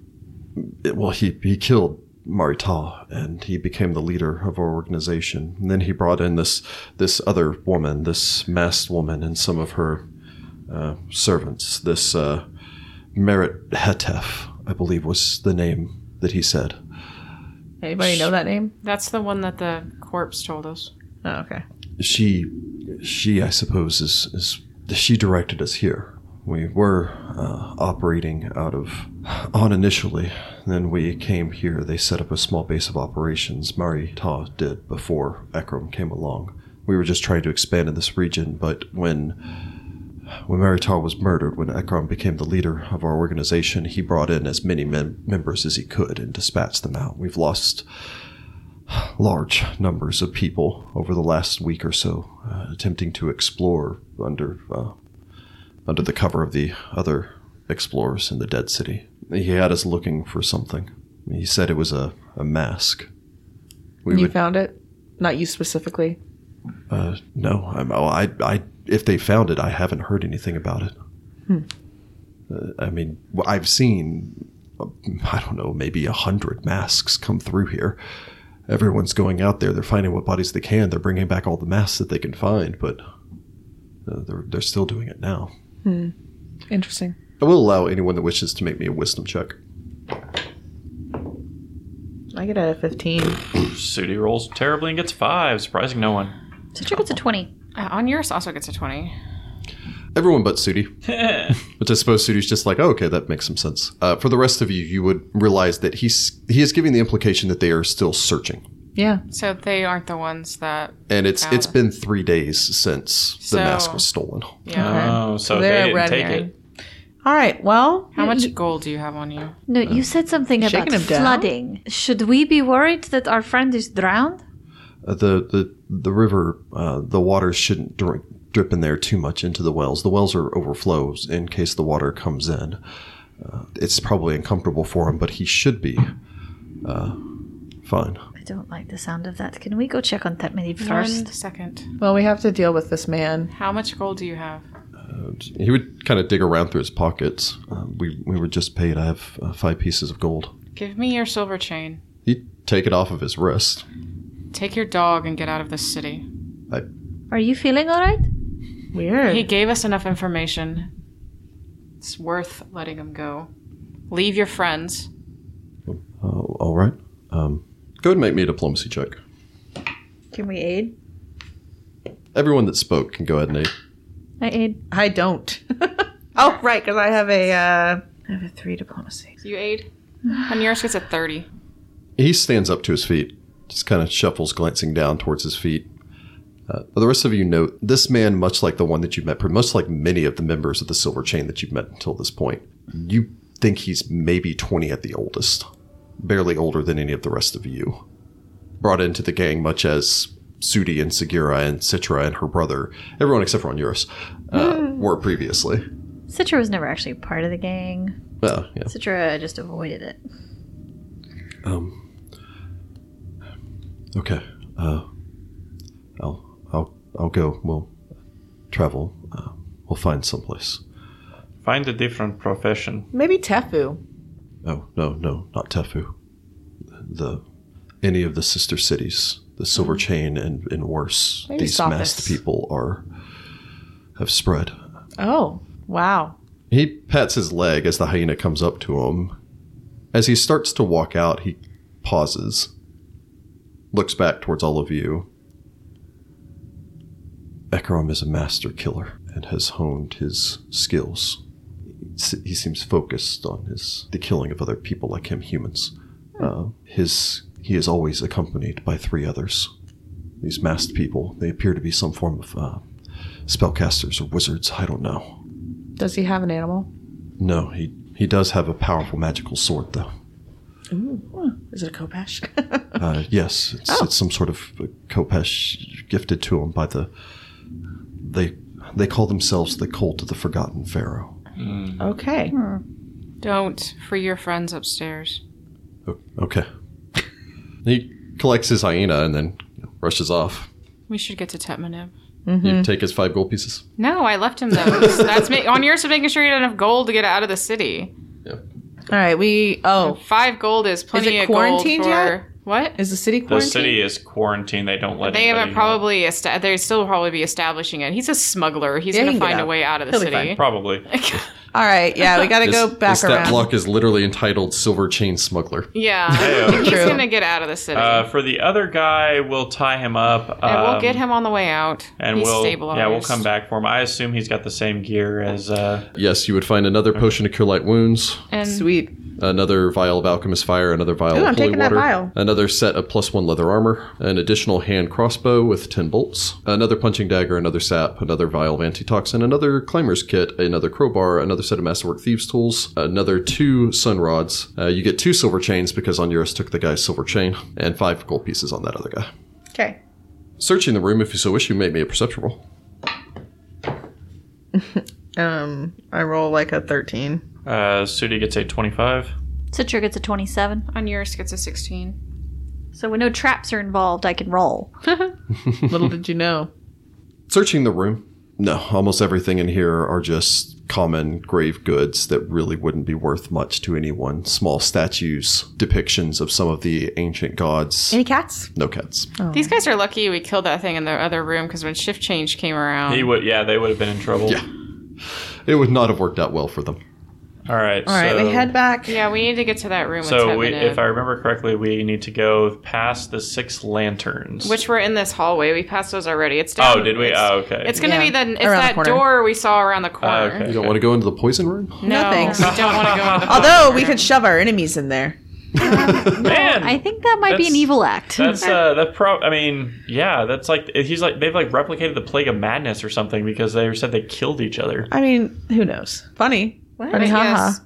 Speaker 1: It- well, he he killed Marital, and he became the leader of our organization. And then he brought in this this other woman, this masked woman, and some of her uh, servants. This uh, Merit Hetef, I believe, was the name that he said.
Speaker 4: Anybody know that name?
Speaker 2: That's the one that the corpse told us.
Speaker 4: Oh, okay.
Speaker 1: she she i suppose is is she directed us here we were uh, operating out of on initially then we came here they set up a small base of operations mari ta did before ekram came along we were just trying to expand in this region but when when mari ta was murdered when ekram became the leader of our organization he brought in as many mem- members as he could and dispatched them out we've lost large numbers of people over the last week or so uh, attempting to explore under uh, under the cover of the other explorers in the Dead City. He had us looking for something. He said it was a, a mask. We
Speaker 4: you
Speaker 1: would
Speaker 4: found it? Not you specifically.
Speaker 1: uh, no, I'm, oh, I, I, if they found it, I haven't heard anything about it. Uh, I mean, wh- I've seen, uh, I don't know, maybe a hundred masks come through here. Everyone's going out there. They're finding what bodies they can. They're bringing back all the masks that they can find, but uh, they're they're still doing it now.
Speaker 4: Interesting.
Speaker 1: I will allow anyone that wishes to make me a wisdom check.
Speaker 4: I get out of 15.
Speaker 3: Sudi rolls terribly and gets five, surprising no one.
Speaker 5: Citra gets a 20.
Speaker 2: Uh, on yours also gets a 20.
Speaker 1: Everyone but Sudi. Which I suppose Sudi's just like, oh, okay, that makes some sense. Uh, for the rest of you, you would realize that he's he is giving the implication that they are still searching,
Speaker 4: Yeah.
Speaker 2: So they aren't the ones that.
Speaker 1: and it's
Speaker 2: Got
Speaker 1: it's
Speaker 2: it.
Speaker 1: been three days since
Speaker 2: So-
Speaker 1: the mask was stolen.
Speaker 2: Yeah.
Speaker 3: Oh, so they
Speaker 4: They're
Speaker 3: didn't
Speaker 4: red
Speaker 3: take
Speaker 4: herring.
Speaker 3: it.
Speaker 4: All right. Well,
Speaker 2: How much gold do you have on you?
Speaker 5: No,
Speaker 3: Oh.
Speaker 5: you said something about
Speaker 4: shaking him down?
Speaker 5: flooding. Should we be worried that our friend is drowned?
Speaker 1: Uh, the the the river, uh, the waters shouldn't drink, drip in there too much into the wells. The wells are overflows in case the water comes in. Uh, it's probably uncomfortable for him, but he should be uh, fine.
Speaker 5: I don't like the sound of that. Can we go check on that many
Speaker 2: First,
Speaker 5: first?
Speaker 2: second.
Speaker 4: well, we have to deal with this man.
Speaker 2: How much gold do you have?
Speaker 1: He would kind of dig around through his pockets. Uh, we we were just paid. I have uh, five pieces of gold.
Speaker 2: Give me your silver chain.
Speaker 1: He'd take it off of his wrist.
Speaker 2: Take your dog and get out of this city.
Speaker 5: Are you feeling all right?
Speaker 4: Weird.
Speaker 2: He gave us enough information. It's worth letting him go. Leave your friends.
Speaker 1: Uh, all right. Um, go ahead and make me a diplomacy check.
Speaker 5: Can we aid?
Speaker 1: Everyone that spoke can go ahead and aid.
Speaker 5: I aid.
Speaker 4: I don't. oh, right, because I have a. Uh, I have a three diplomacy.
Speaker 2: You aid? On yours gets a 30.
Speaker 1: He stands up to his feet, just kind of shuffles, glancing down towards his feet. Uh, the rest of you note this man, much like the one that you've met, pretty much like many of the members of the Silver Chain that you've met until this point, you think he's maybe 20 at the oldest, barely older than any of the rest of you. Brought into the gang, much as Sudi and Sagira and Citra and her brother, everyone except for Onuris, uh, were previously.
Speaker 5: Citra was never actually part of the gang.
Speaker 1: Uh, yeah.
Speaker 5: Citra just avoided it.
Speaker 1: Um. Okay. Uh. I'll I'll I'll go. We'll travel. Uh, we'll find someplace.
Speaker 3: Find a different profession.
Speaker 4: Maybe Tefu.
Speaker 1: Oh no no not Tefu. The any of the sister cities, the Silver Chain and and worse.
Speaker 4: Maybe
Speaker 1: these masked
Speaker 4: Sothis.
Speaker 1: people are have spread.
Speaker 4: Oh, wow.
Speaker 1: He pats his leg as the hyena comes up to him. As he starts to walk out, he pauses, looks back towards all of you. Ekrom is a master killer and has honed his skills. S- He seems focused on his the killing of other people like him, humans. Uh, his he is always accompanied by three others. These masked people, they appear to be some form of uh, spellcasters or wizards. I don't know.
Speaker 4: Does he have an animal?
Speaker 1: No, he he does have a powerful magical sword, though.
Speaker 4: Is it a Kopesh?
Speaker 1: Uh, yes, it's,
Speaker 4: Oh.
Speaker 1: it's some sort of kopesh gifted to him by the. They they call themselves the cult of the forgotten pharaoh.
Speaker 4: okay.
Speaker 2: Don't free your friends upstairs.
Speaker 4: Oh,
Speaker 1: O- Okay. he collects his hyena and then rushes off.
Speaker 2: We should get to Tetmanib.
Speaker 1: You
Speaker 4: Mm-hmm.
Speaker 1: take his five gold pieces.
Speaker 2: No, I left him those. That's ma- on yours for making sure you had enough gold to get out of the city.
Speaker 4: All right, we. Oh,
Speaker 2: Five gold is plenty
Speaker 4: it
Speaker 2: of gold
Speaker 4: quarantined
Speaker 2: for
Speaker 4: yet?
Speaker 2: what?
Speaker 4: is the city
Speaker 3: The
Speaker 4: quarantined?
Speaker 3: city is quarantined. They don't let
Speaker 2: They
Speaker 3: anybody
Speaker 2: haven't
Speaker 3: in.
Speaker 2: probably esta- they still probably be establishing it. He's a smuggler. He's
Speaker 4: Yeah, he
Speaker 2: gonna
Speaker 4: can get
Speaker 2: find a
Speaker 4: out.
Speaker 2: way out of the
Speaker 4: He'll be
Speaker 2: city.
Speaker 3: Probably.
Speaker 4: All right, yeah, we got to go back
Speaker 1: that
Speaker 4: around.
Speaker 1: block is literally entitled Silver Chain Smuggler.
Speaker 2: Yeah,
Speaker 3: Heyo.
Speaker 2: he's
Speaker 4: True.
Speaker 2: gonna get out of the city.
Speaker 3: Uh, for the other guy, we'll tie him up.
Speaker 2: and we'll
Speaker 3: um,
Speaker 2: get him on the way out.
Speaker 3: And
Speaker 2: he's
Speaker 3: we'll
Speaker 2: stabilized.
Speaker 3: yeah, we'll come back for him. I assume he's got the same gear as uh,
Speaker 1: Yes, you would find another potion to cure light wounds.
Speaker 2: And
Speaker 4: Sweet.
Speaker 1: another vial of alchemist fire, another vial
Speaker 4: Ooh,
Speaker 1: of
Speaker 4: I'm
Speaker 1: holy
Speaker 4: taking that
Speaker 1: water,
Speaker 4: vial.
Speaker 1: another set of plus one leather armor, an additional hand crossbow with ten bolts, another punching dagger, another sap, another vial of antitoxin, another climber's kit, another crowbar, another set of masterwork thieves tools, another two sun rods. Uh, you get two silver chains because Onuris took the guy's silver chain, and five gold pieces on that other guy.
Speaker 4: Okay.
Speaker 1: Searching the room, if you so wish, you make me a perception roll.
Speaker 4: Um, I roll like a 13.
Speaker 3: Uh, Sudi gets a 25.
Speaker 5: Citra gets a 27.
Speaker 2: On yours gets a 16.
Speaker 5: So when no traps are involved, I can roll.
Speaker 4: Little did you know.
Speaker 1: Searching the room. No, almost everything in here are just common grave goods that really wouldn't be worth much to anyone. Small statues, depictions of some of the ancient gods.
Speaker 4: Any cats?
Speaker 1: No cats.
Speaker 2: These guys are lucky we killed that thing in the other room because when shift change came around,
Speaker 3: He would, yeah, they would have been in trouble.
Speaker 1: Yeah. It would not have worked out well for them.
Speaker 3: All right.
Speaker 4: All right,
Speaker 3: so,
Speaker 4: we head back.
Speaker 2: yeah, we need to get to that room.
Speaker 3: So, we,
Speaker 2: with Tevin in,
Speaker 3: if I remember correctly, we need to go past the six lanterns.
Speaker 2: which were in this hallway, we passed those already. It's down,
Speaker 3: Oh, did we?
Speaker 2: It's,
Speaker 3: Oh, okay.
Speaker 2: it's gonna
Speaker 4: Yeah,
Speaker 2: be the it's
Speaker 4: around the
Speaker 2: that
Speaker 4: corner.
Speaker 2: door we saw around the
Speaker 3: Oh,
Speaker 2: corner.
Speaker 3: okay.
Speaker 1: You don't want to go into the poison room?
Speaker 2: No,
Speaker 4: No, thanks.
Speaker 2: we don't want to go into the
Speaker 4: Although we could shove our enemies in there.
Speaker 3: Man,
Speaker 5: I think that might be an
Speaker 3: That's-
Speaker 5: evil act.
Speaker 3: That's uh, that pro. I mean, yeah, that's like he's like they've like replicated the plague of madness or something because they said they killed each other.
Speaker 4: I mean, who knows? Funny.
Speaker 5: What?
Speaker 4: Funny, haha.
Speaker 2: Yes.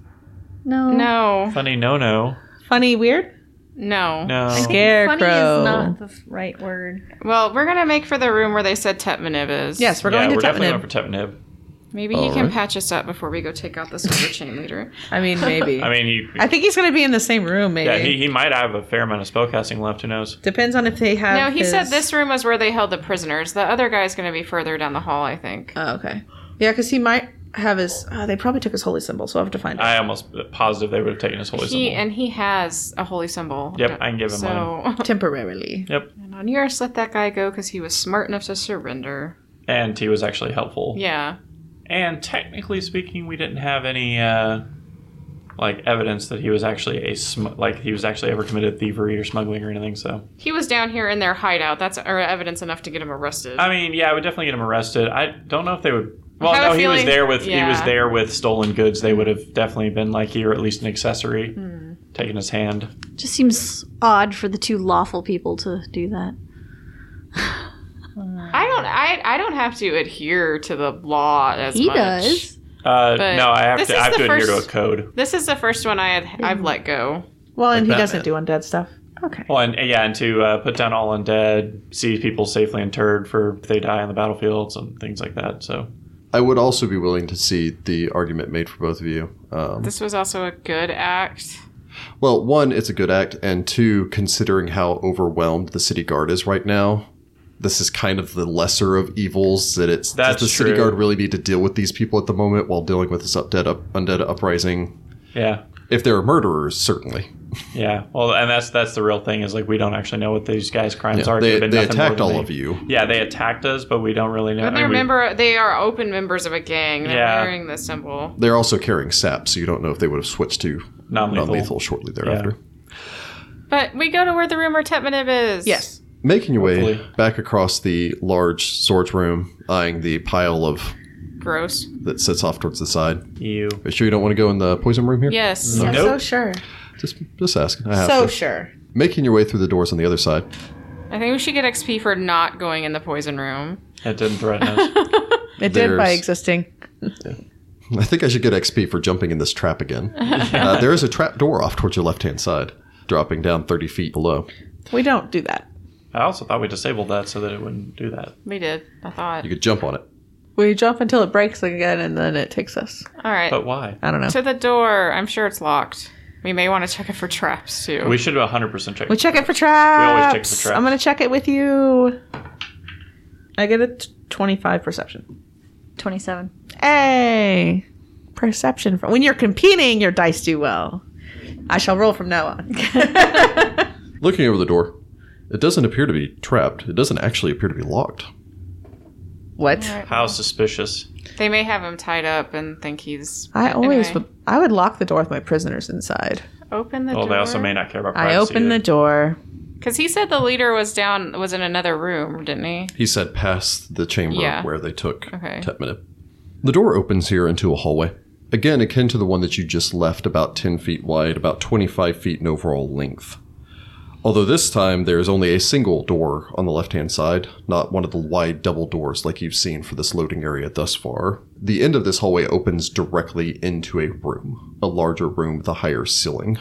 Speaker 5: No.
Speaker 2: No,
Speaker 3: Funny, no, no,
Speaker 4: Funny, weird?
Speaker 2: no,
Speaker 3: no.
Speaker 5: Funny
Speaker 4: Scarecrow.
Speaker 5: is not the right word.
Speaker 2: Well, we're gonna make for the room where they said Tetmanib is.
Speaker 4: Yes, we're
Speaker 3: yeah,
Speaker 4: going to
Speaker 3: we're definitely
Speaker 4: Tepmanib.
Speaker 3: going for Tepnib.
Speaker 2: Maybe he
Speaker 1: All
Speaker 2: can
Speaker 1: right.
Speaker 2: patch us up before we go take out the silver chain leader.
Speaker 4: I mean, maybe.
Speaker 3: I mean, he,
Speaker 4: I think he's going to be in the same room, maybe.
Speaker 3: yeah, he, he might have a fair amount of spellcasting left. Who knows?
Speaker 4: Depends on if they have.
Speaker 2: No, he
Speaker 4: his-
Speaker 2: said this room was where they held the prisoners. The other guy's gonna be further down the hall, I think.
Speaker 4: Oh, okay. Yeah, because he might have his. Oh, they probably took his holy symbol, so I'll have to find it.
Speaker 3: I almost uh, positive they would have taken his holy
Speaker 2: He
Speaker 3: symbol.
Speaker 2: and he has a holy symbol.
Speaker 3: Yep, I can give him
Speaker 2: so,
Speaker 4: Temporarily.
Speaker 3: Yep,
Speaker 2: and on yours, let that guy go because he was smart enough to surrender.
Speaker 3: and he was actually helpful.
Speaker 2: Yeah,
Speaker 3: And technically speaking, we didn't have any uh, like evidence that he was actually a sm- like he was actually ever committed thievery or smuggling or anything. So.
Speaker 2: he was down here in their hideout. That's or evidence enough to get him arrested.
Speaker 3: I mean, yeah, I would definitely get him arrested. I don't know if they would. Well,
Speaker 2: have a
Speaker 3: no, he was
Speaker 2: feeling-
Speaker 3: there with he was
Speaker 2: yeah.
Speaker 3: there with stolen goods. They would have definitely been like here, at least an accessory,
Speaker 2: Hmm.
Speaker 3: taking his hand.
Speaker 5: Just seems odd for the two lawful people to do that.
Speaker 2: I don't. I I don't have to adhere to the law as
Speaker 5: He
Speaker 2: much.
Speaker 5: does.
Speaker 3: Uh,
Speaker 2: But
Speaker 3: no, I have
Speaker 2: this
Speaker 3: to.
Speaker 2: is
Speaker 3: I have
Speaker 2: the
Speaker 3: to adhere to a
Speaker 2: first-
Speaker 3: code.
Speaker 2: This is the first one I had. I've let go.
Speaker 4: Well, and
Speaker 1: Like
Speaker 4: he
Speaker 1: Batman.
Speaker 4: doesn't do undead stuff. Okay.
Speaker 3: Well, and yeah, and to uh, put down all undead, see people safely interred for if they die on the battlefields and things like that. So
Speaker 1: I would also be willing to see the argument made for both of you. Um,
Speaker 2: This was also a good act.
Speaker 1: well, one, it's a good act, and two, considering how overwhelmed the city guard is right now, this is kind of the lesser of evils. That it's
Speaker 3: That's
Speaker 1: does the city
Speaker 3: true.
Speaker 1: guard really need to deal with these people at the moment while dealing with this undead up, undead uprising?
Speaker 3: yeah,
Speaker 1: If there are murderers, certainly.
Speaker 3: yeah. Well, and that's that's the real thing is like we don't actually know what these guys' crimes
Speaker 1: Yeah,
Speaker 3: are.
Speaker 1: they
Speaker 3: They've been
Speaker 1: they
Speaker 3: nothing more
Speaker 1: attacked
Speaker 3: than
Speaker 1: all
Speaker 3: they-
Speaker 1: of you.
Speaker 3: Yeah, they attacked us, but we don't really know.
Speaker 2: But
Speaker 3: I
Speaker 2: they're
Speaker 3: mean, we-
Speaker 2: member. They are open members of a gang. They're
Speaker 3: Yeah.
Speaker 2: wearing the symbol.
Speaker 1: They're also carrying sap, so you don't know if they would have switched to
Speaker 3: Non-lethal.
Speaker 1: non-lethal shortly thereafter.
Speaker 2: But we go to where the rumor Tetmanib is.
Speaker 4: Yes.
Speaker 1: Making your way
Speaker 3: Hopefully.
Speaker 1: back across the large storage room, eyeing the pile of
Speaker 2: Gross.
Speaker 1: that sits off towards the side.
Speaker 3: you.
Speaker 1: Are you sure you don't want to go in the poison room here?
Speaker 2: Yes.
Speaker 4: I'm
Speaker 3: Nope.
Speaker 4: so sure.
Speaker 1: Just just ask. I have
Speaker 4: So
Speaker 1: to.
Speaker 4: sure.
Speaker 1: Making your way through the doors on the other side.
Speaker 2: I think we should get XP for not going in the poison room.
Speaker 3: It didn't threaten us.
Speaker 4: It did by
Speaker 1: There's-
Speaker 4: existing.
Speaker 1: I think I should get XP for jumping in this trap again. uh, there is a trap door off towards your left hand side, dropping down 30 feet below.
Speaker 4: We don't do that.
Speaker 3: I also thought we disabled that so that it wouldn't do that.
Speaker 2: We did. I thought.
Speaker 1: You could jump on it.
Speaker 4: We jump until it breaks again and then it takes us.
Speaker 2: All right.
Speaker 1: Oh,
Speaker 3: But why?
Speaker 4: I don't know.
Speaker 2: to the door. I'm sure it's locked. We may want to check it for traps too.
Speaker 3: We should 100% check.
Speaker 4: We check it for traps.
Speaker 3: We always check for traps.
Speaker 4: I'm gonna check it with you. I get a t- 25 perception.
Speaker 5: 27.
Speaker 4: Hey, perception. From, when you're competing, your dice do well. I shall roll from now on.
Speaker 1: Looking over the door, it doesn't appear to be trapped. It doesn't actually appear to be locked.
Speaker 4: what?
Speaker 3: How suspicious.
Speaker 2: they may have him tied up and think he's.
Speaker 4: I always
Speaker 2: Anyway.
Speaker 4: would. I would lock the door with my prisoners inside.
Speaker 2: Open the
Speaker 1: Oh,
Speaker 3: Well,
Speaker 2: door.
Speaker 3: they also may not care about
Speaker 4: Oh, I
Speaker 3: privacy.
Speaker 4: open the door.
Speaker 2: Because he said the leader was down, was in another room, didn't he?
Speaker 1: He said past the chamber
Speaker 2: Yeah.
Speaker 1: where they took
Speaker 2: Okay.
Speaker 1: Tetmanib. The door opens here into a hallway. again akin to the one that you just left, about 10 feet wide, about 25 feet in overall length. Although this time there is only a single door on the left hand side, not one of the wide double doors like you've seen for this loading area thus far. The end of this hallway opens directly into a room, a larger room with a higher ceiling.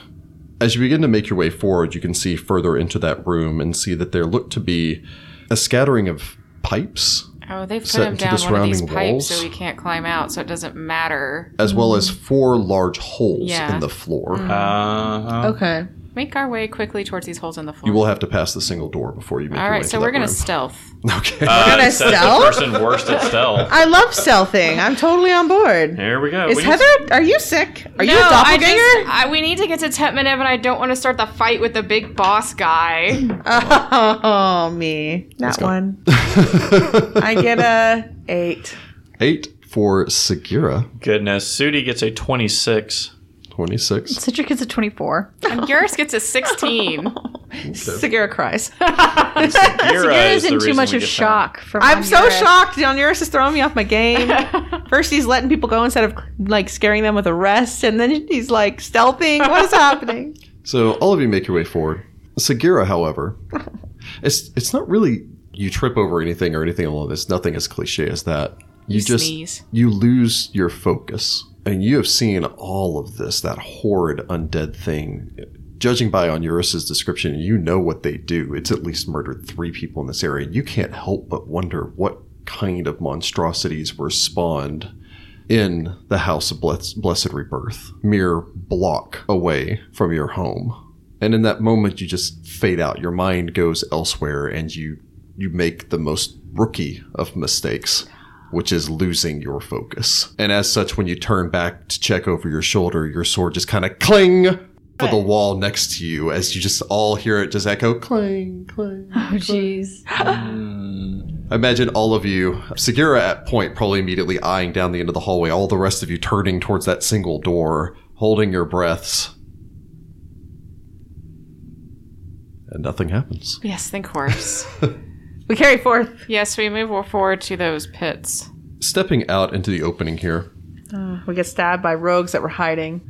Speaker 1: As you begin to make your way forward, you can see further into that room and see that there look to be a scattering of pipes
Speaker 2: Oh, they've put
Speaker 1: Set
Speaker 2: him
Speaker 1: into
Speaker 2: down
Speaker 1: the
Speaker 2: one of these
Speaker 1: surrounding
Speaker 2: pipes
Speaker 1: walls.
Speaker 2: so we can't climb out, so it doesn't matter.
Speaker 1: as well as four large holes
Speaker 2: Mm. Yeah. Mm.
Speaker 1: in the floor.
Speaker 3: Uh-huh.
Speaker 4: Okay.
Speaker 2: Make our way quickly towards these holes in the floor.
Speaker 1: You will have to pass the single door before you make
Speaker 2: All
Speaker 1: your way
Speaker 2: right,
Speaker 1: to
Speaker 2: so
Speaker 1: that
Speaker 2: we're gonna
Speaker 1: room.
Speaker 2: stealth.
Speaker 1: Okay.
Speaker 3: Uh,
Speaker 4: gonna
Speaker 3: it says
Speaker 4: stealth?
Speaker 3: The person worst at stealth.
Speaker 4: I love stealthing. I'm totally on board.
Speaker 3: Here we go.
Speaker 4: Is
Speaker 3: We can-
Speaker 4: Heather? Are you sick? Are you a
Speaker 2: No, I just-
Speaker 4: doppelganger?
Speaker 2: I- we need to get to Tetmanev, and I don't want to start the fight with the big boss guy.
Speaker 4: Oh, me. That one. I get a eight.
Speaker 1: Eight for Segura,
Speaker 3: Goodness, Sudi gets a 26.
Speaker 1: 26.
Speaker 5: Citric is a 24.
Speaker 2: and Yuris gets a sixteen.
Speaker 4: Segura cries.
Speaker 3: Segura
Speaker 5: Citric
Speaker 3: is the
Speaker 5: isn't too
Speaker 3: reason
Speaker 5: much
Speaker 3: we
Speaker 5: of
Speaker 3: get
Speaker 5: shock from
Speaker 4: I'm so
Speaker 5: Honduras.
Speaker 4: shocked. Onuris is throwing me off my game. First, he's letting people go instead of like scaring them with a rest, and then he's like stealthing. What is happening?
Speaker 1: So all of you make your way forward. Segura, however, it's it's not really you trip over anything or anything along this. Nothing as cliche as that. You, just
Speaker 2: sneeze.
Speaker 1: you lose your focus, and you have seen all of this. That horrid undead thing. Judging by Onuris's description, you know what they do. It's at least murdered three people in this area. You can't help but wonder what kind of monstrosities were spawned in the house of bless- blessed rebirth, mere block away from your home. And in that moment, you just fade out. Your mind goes elsewhere, and you you make the most rookie of mistakes, which is losing your focus. And as such, when you turn back to check over your shoulder, your sword just kind of cling for the wall next to you as you just all hear it just echo clang clang.
Speaker 5: Oh, jeez.
Speaker 1: I imagine all of you, Segura at point, probably immediately eyeing down the end of the hallway, all the rest of you turning towards that single door, holding your breaths. And nothing happens.
Speaker 2: yes, of course.
Speaker 4: We carry forth.
Speaker 2: yes, we move forward to those pits.
Speaker 1: Stepping out into the opening here,
Speaker 4: We get stabbed by rogues that were hiding.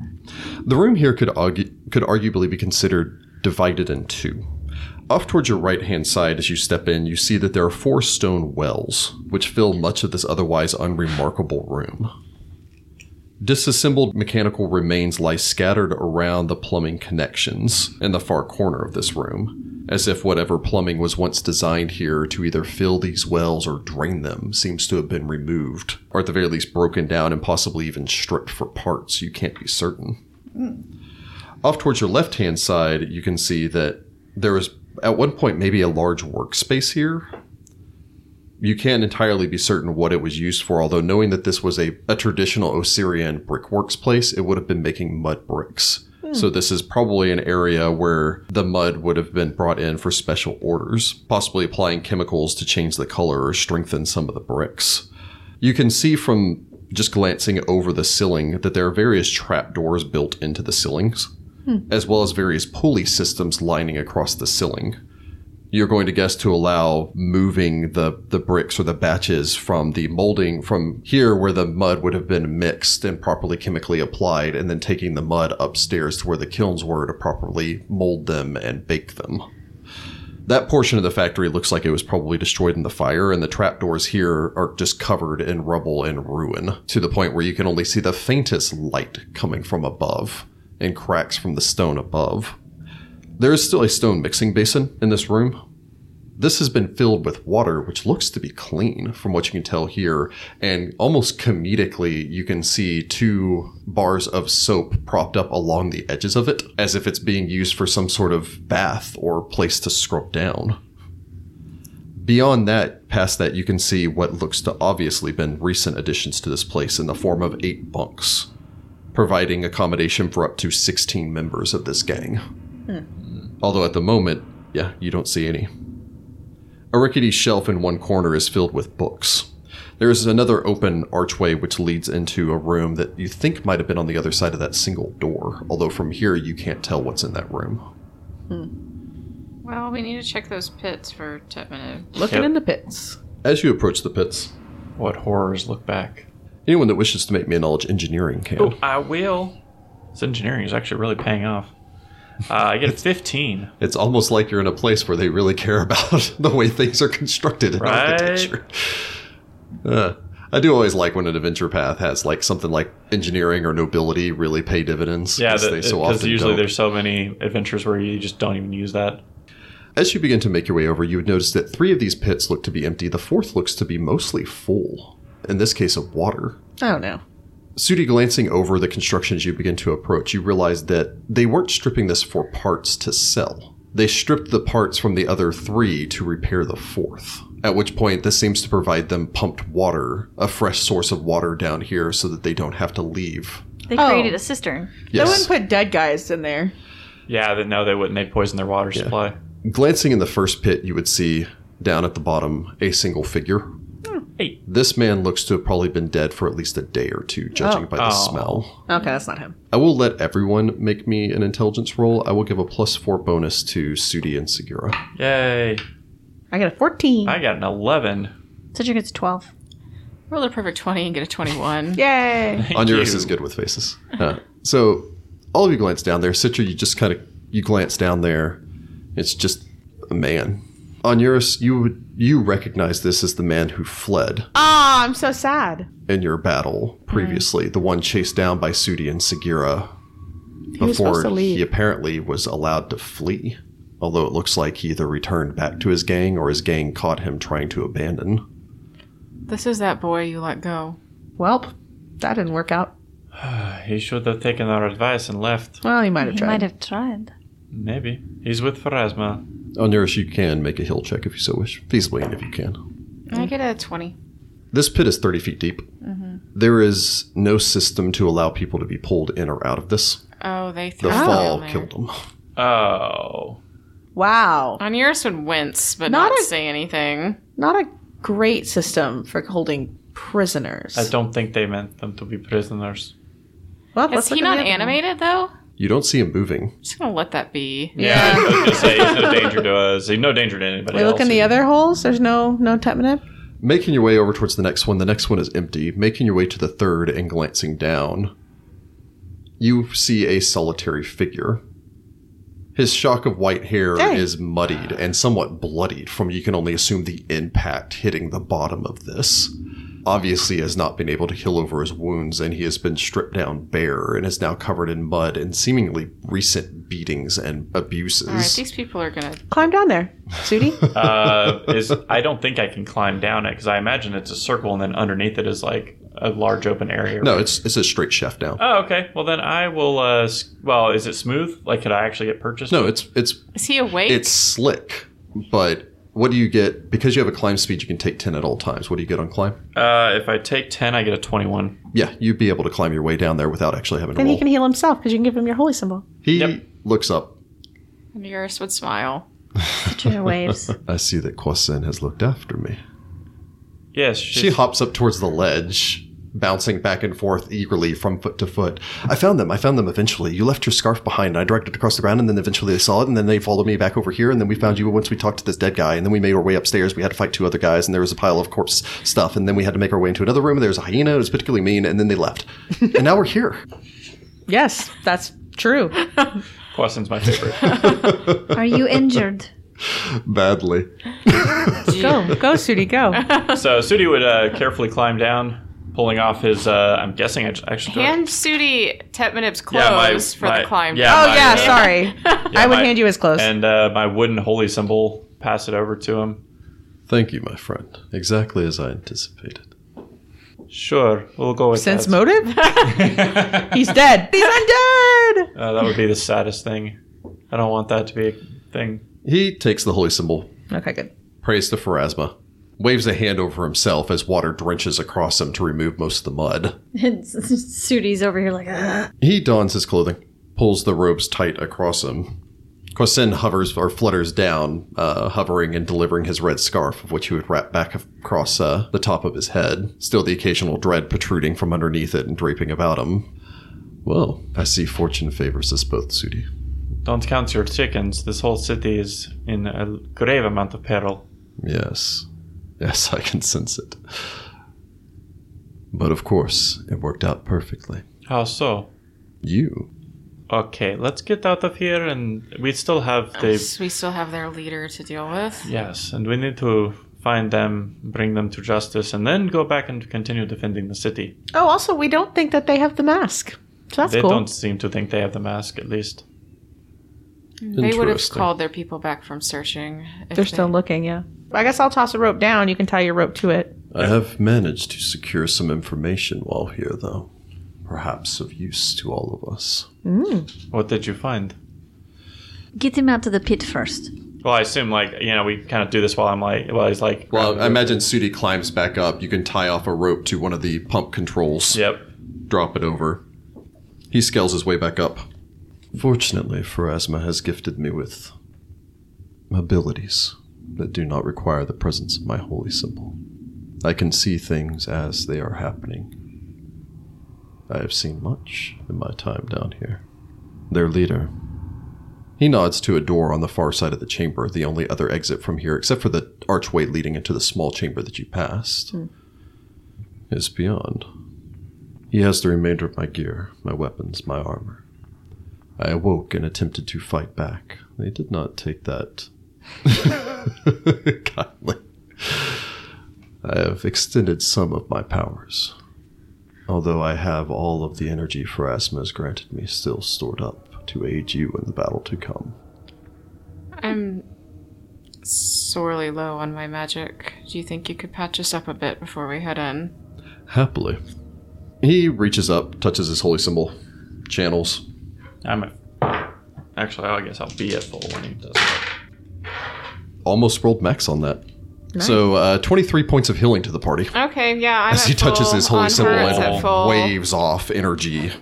Speaker 1: The room here could argue, could arguably be considered divided in two. Off towards your right hand side, as you step in, you see that there are four stone wells, which fill much of this otherwise unremarkable room. Disassembled mechanical remains lie scattered around the plumbing connections in the far corner of this room, as if whatever plumbing was once designed here to either fill these wells or drain them seems to have been removed, or at the very least broken down and possibly even stripped for parts. You can't be certain off towards your left hand side, you can see that there was at one point maybe a large workspace here. You can't entirely be certain what it was used for, although knowing that this was a, a traditional Osirian brickworks place, it would have been making mud bricks. So this is probably an area where the mud would have been brought in for special orders, possibly applying chemicals to change the color or strengthen some of the bricks. You can see from just glancing over the ceiling that there are various trapdoors built into the ceilings, as well as various pulley systems lining across the ceiling. You're going to guess to allow moving the, the bricks or the batches from the molding from here where the mud would have been mixed and properly chemically applied, and then taking the mud upstairs to where the kilns were to properly mold them and bake them that portion of the factory looks like it was probably destroyed in the fire, and the trapdoors here are just covered in rubble and ruin to the point where you can only see the faintest light coming from above and cracks from the stone above. There is still a stone mixing basin in this room. This has been filled with water, which looks to be clean from what you can tell here, and almost comedically, you can see two bars of soap propped up along the edges of it, as if it's being used for some sort of bath or place to scrub down. Beyond that, past that, you can see what looks to obviously been recent additions to this place in the form of eight bunks, providing accommodation for up to 16 members of this gang. Although at the moment, yeah, you don't see any. A rickety shelf in one corner is filled with books. There is another open archway which leads into a room that you think might have been on the other side of that single door, although from here you can't tell what's in that room.
Speaker 2: Well, we need to check those pits for Tetmanev.
Speaker 4: Looking
Speaker 3: Yep.
Speaker 4: in the pits.
Speaker 1: As you approach the pits,
Speaker 3: What horrors look back?
Speaker 1: Anyone that wishes to make me a knowledge engineering can.
Speaker 3: Oh, I will. This engineering is actually really paying off. Uh, I get a 15.
Speaker 1: It's almost like you're in a place where they really care about the way things are constructed in
Speaker 3: Right.
Speaker 1: architecture. Uh, I do always like when an adventure path has like something like engineering or nobility really pay dividends.
Speaker 3: Yeah,
Speaker 1: 'cause
Speaker 3: because
Speaker 1: they so often
Speaker 3: usually
Speaker 1: don't.
Speaker 3: there's so many adventures where you just don't even use that.
Speaker 1: As you begin to make your way over, you would notice that three of these pits look to be empty. The fourth looks to be mostly full, in this case of water.
Speaker 4: Oh no.
Speaker 1: Sudi, glancing over the constructions you begin to approach, you realize that they weren't stripping this for parts to sell. They stripped the parts from the other three to repair the fourth. At which point, this seems to provide them pumped water, a fresh source of water down here, so that they don't have to leave.
Speaker 5: They
Speaker 4: Oh.
Speaker 5: created a cistern.
Speaker 4: They
Speaker 1: Yes.
Speaker 4: wouldn't put dead guys in there.
Speaker 3: Yeah, then no, they wouldn't. They poison their water supply.
Speaker 1: Glancing in the first pit, you would see down at the bottom a single figure.
Speaker 3: Hmm, Hey.
Speaker 1: This man looks to have probably been dead for at least a day or two, judging by the
Speaker 3: Oh.
Speaker 1: smell.
Speaker 4: Okay, that's not him.
Speaker 1: I will let everyone make me an intelligence roll. I will give a plus four bonus to Sudi and Segura.
Speaker 3: Yay.
Speaker 4: I got a 14.
Speaker 3: I got an 11.
Speaker 5: Citra gets a 12.
Speaker 2: Roll a perfect 20 and get a 21.
Speaker 4: Yay.
Speaker 3: Thank
Speaker 1: Onuris
Speaker 3: you.
Speaker 1: is good with faces. Uh, so all of you glance down there. Citra, you just kind of you glance down there. It's just a man. Onuris, you would you recognize this as the man who fled
Speaker 4: Ah, I'm so sad.
Speaker 1: in your
Speaker 4: Mm.
Speaker 1: battle previously, the one chased down by Sudi and Sagira
Speaker 4: was supposed to
Speaker 1: before
Speaker 4: leave.
Speaker 1: he apparently was allowed to flee. Although it looks like he either returned back to his gang or his gang caught him trying to abandon.
Speaker 2: This is that boy you let go.
Speaker 4: Welp, that didn't work out.
Speaker 3: He should have taken our advice and left.
Speaker 4: Well, he might have
Speaker 5: He
Speaker 4: tried.
Speaker 5: might have tried.
Speaker 3: Maybe. He's with Pharasma.
Speaker 1: Onuris, you can make a hill check if you so wish, feasibly, and if you can.
Speaker 2: I get a 20.
Speaker 1: This pit is 30 feet deep.
Speaker 4: Mm-hmm.
Speaker 1: There is no system to allow people to be pulled in or out of this.
Speaker 2: Oh, they
Speaker 1: The
Speaker 2: threw him
Speaker 1: fall
Speaker 2: down there.
Speaker 1: killed them.
Speaker 3: Oh.
Speaker 4: Wow.
Speaker 2: Onuris would wince, but
Speaker 4: Not
Speaker 2: not,
Speaker 4: a-
Speaker 2: say anything.
Speaker 4: Not a great system for holding prisoners.
Speaker 3: I don't think they meant them to be prisoners.
Speaker 4: Well,
Speaker 2: Is he
Speaker 4: look at
Speaker 2: not
Speaker 4: the other one.
Speaker 2: animated, though?
Speaker 1: You don't see him moving.
Speaker 2: I'm just going to let that be.
Speaker 3: Yeah, I was going to say, he's no danger to us. He's no danger to anybody
Speaker 4: We
Speaker 3: else.
Speaker 4: look in the other holes. There's no no Tetmanib.
Speaker 1: Making your way over towards the next one, the next one is empty. Making your way to the third and glancing down, you see a solitary figure. His shock of white hair
Speaker 4: Hey.
Speaker 1: is muddied and somewhat bloodied from, you can only assume, the impact hitting the bottom of this. Obviously, has not been able to heal over his wounds, and he has been stripped down bare and is now covered in mud and seemingly recent beatings and abuses.
Speaker 2: All right, these people are going to.
Speaker 4: Climb down there, Sudi.
Speaker 3: uh, is I don't think I can climb down it because I imagine it's a circle and then underneath it is like a large open area.
Speaker 1: no, it's it's a straight shaft down.
Speaker 3: Oh, okay. Well, then I will. Uh, s- well, is it smooth? Like, could I actually get purchased?
Speaker 1: No, it's it's
Speaker 2: Is he awake?
Speaker 1: It's slick, but what do you get? Because you have a climb speed, you can take 10 at all times. What do you get on climb?
Speaker 3: Uh, if I take ten, I get a twenty-one.
Speaker 1: Yeah, you'd be able to climb your way down there without actually having to
Speaker 4: then
Speaker 1: roll.
Speaker 4: he can heal himself because you can give him your holy symbol.
Speaker 1: He
Speaker 3: Yep.
Speaker 1: looks up.
Speaker 2: Onuris would smile.
Speaker 5: Citra waves.
Speaker 1: I see that Kwasin has looked after me.
Speaker 3: Yes.
Speaker 1: She
Speaker 3: she's-
Speaker 1: hops up towards the ledge, bouncing back and forth eagerly from foot to foot. I found them. I found them eventually. You left your scarf behind. and I dragged it across the ground, and then eventually they saw it, and then they followed me back over here, and then we found you once we talked to this dead guy, and then we made our way upstairs. We had to fight two other guys, and there was a pile of corpse stuff, and then we had to make our way into another room. There was a hyena. It was particularly mean, and then they left. and now we're here.
Speaker 4: Yes, that's true.
Speaker 3: Question's my favorite.
Speaker 5: Are you injured?
Speaker 1: Badly.
Speaker 4: go, go, Sudi, go.
Speaker 3: so Sudi would uh, carefully climb down, pulling off his. Uh, I'm guessing I j- actually. do it.
Speaker 2: Hand Sudi Tetmanib's clothes
Speaker 3: Yeah, my-
Speaker 2: for
Speaker 3: my-
Speaker 2: the climb.
Speaker 3: yeah.
Speaker 4: Oh
Speaker 3: my-
Speaker 4: yeah, sorry. I would
Speaker 3: my-
Speaker 4: hand you his clothes.
Speaker 3: And uh, my wooden holy symbol. Pass it over to him.
Speaker 1: Thank you, my friend. Exactly as I anticipated.
Speaker 3: Sure, we'll go with
Speaker 4: Sense
Speaker 3: that.
Speaker 4: motive? He's dead. He's undead.
Speaker 3: Uh, that would be the saddest thing. I don't want that to be a thing.
Speaker 1: He takes the holy symbol,
Speaker 4: Okay, good.
Speaker 1: prays to Pharasma, waves a hand over himself as water drenches across him to remove most of the mud.
Speaker 5: And S- S- Sudi's over here like, "Ugh."
Speaker 1: He dons his clothing, pulls the robes tight across him. Kwasin hovers or flutters down, uh, hovering and delivering his red scarf, of which he would wrap back across uh, the top of his head, still the occasional dread protruding from underneath it and draping about him. Well, I see fortune favors us both, Sudi.
Speaker 3: Don't count your chickens. This whole city is in a grave amount of peril.
Speaker 1: Yes. Yes, I can sense it. But of course, it worked out perfectly.
Speaker 3: How so?
Speaker 1: You.
Speaker 3: Okay, let's get out of here, and we still have
Speaker 2: We
Speaker 3: the
Speaker 2: still have their leader to deal with.
Speaker 3: yes, and we need to find them, bring them to justice, and then go back and continue defending the city.
Speaker 4: Oh, also, we don't think that they have the mask. So that's
Speaker 3: they
Speaker 4: cool.
Speaker 3: don't seem to think they have the mask, at least.
Speaker 2: They would have
Speaker 1: Interesting.
Speaker 2: called their people back from searching. if
Speaker 4: They're
Speaker 2: they-
Speaker 4: still looking, yeah. I guess I'll toss a rope down. You can tie your rope to it.
Speaker 1: I have managed to secure some information while here, though. Perhaps of use to all of us.
Speaker 3: What did you find?
Speaker 5: Get him out to the pit first.
Speaker 3: Well, I assume like you know we kind of do this while I'm like while he's like
Speaker 1: Well, I imagine Sudi climbs back up. You can tie off a rope to one of the pump controls.
Speaker 3: yep.
Speaker 1: drop it over. He scales his way back up. Fortunately, Pharasma has gifted me with abilities that do not require the presence of my holy symbol. I can see things as they are happening. I have seen much in my time down here. Their leader. He nods to a door on the far side of the chamber, the only other exit from here, except for the archway leading into the small chamber that you passed, is beyond. He has the remainder of my gear, my weapons, my armor. I awoke and attempted to fight back. They did not take that kindly. I have extended some of my powers, although I have all of the energy Pharasma has granted me still stored up to aid you in the battle to come.
Speaker 2: I'm sorely low on my magic. Do you think you could patch us up a bit before we head in?
Speaker 1: Happily. He reaches up, touches his holy symbol, channels,
Speaker 3: I'm a, actually I guess I'll be at full when he does that.
Speaker 1: almost rolled max on that. So uh, 23 points of healing to the party.
Speaker 2: Okay, yeah. I'm
Speaker 1: As
Speaker 2: at
Speaker 1: he touches
Speaker 2: full.
Speaker 1: his holy
Speaker 2: On
Speaker 1: symbol
Speaker 2: her, it's at
Speaker 1: and
Speaker 2: full.
Speaker 1: waves off energy.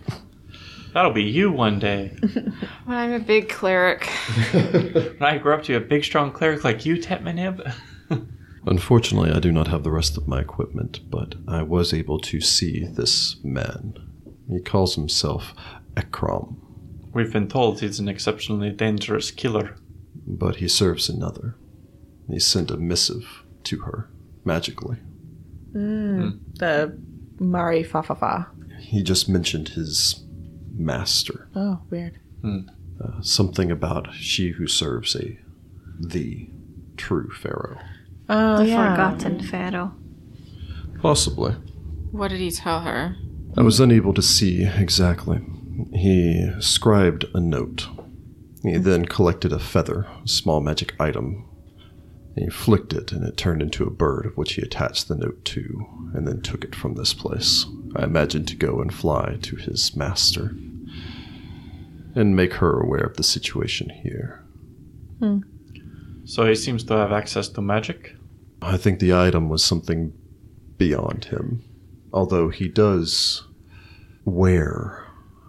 Speaker 3: That'll be you one day.
Speaker 2: When I'm a big cleric.
Speaker 3: when I grow up to be a big strong cleric like you, Tetmanib.
Speaker 1: Unfortunately, I do not have the rest of my equipment, but I was able to see this man. He calls himself Ekram,
Speaker 3: We've been told he's an exceptionally dangerous killer.
Speaker 1: but he serves another. He sent a missive to her, magically.
Speaker 4: The Mari Fa Fa Fa.
Speaker 1: He just mentioned his master.
Speaker 4: Oh, weird.
Speaker 1: Uh, something about she who serves a the true pharaoh.
Speaker 4: Oh,
Speaker 5: The
Speaker 4: yeah.
Speaker 5: forgotten pharaoh.
Speaker 1: Possibly.
Speaker 2: What did he tell her?
Speaker 1: I was unable to see exactly. He scribed a note. He then collected a feather, a small magic item. He flicked it, and it turned into a bird, of which he attached the note to, and then took it from this place. I imagine to go and fly to his master and make her aware of the situation here.
Speaker 3: So he seems to have access to magic.
Speaker 1: I think the item was something beyond him. Although he does wear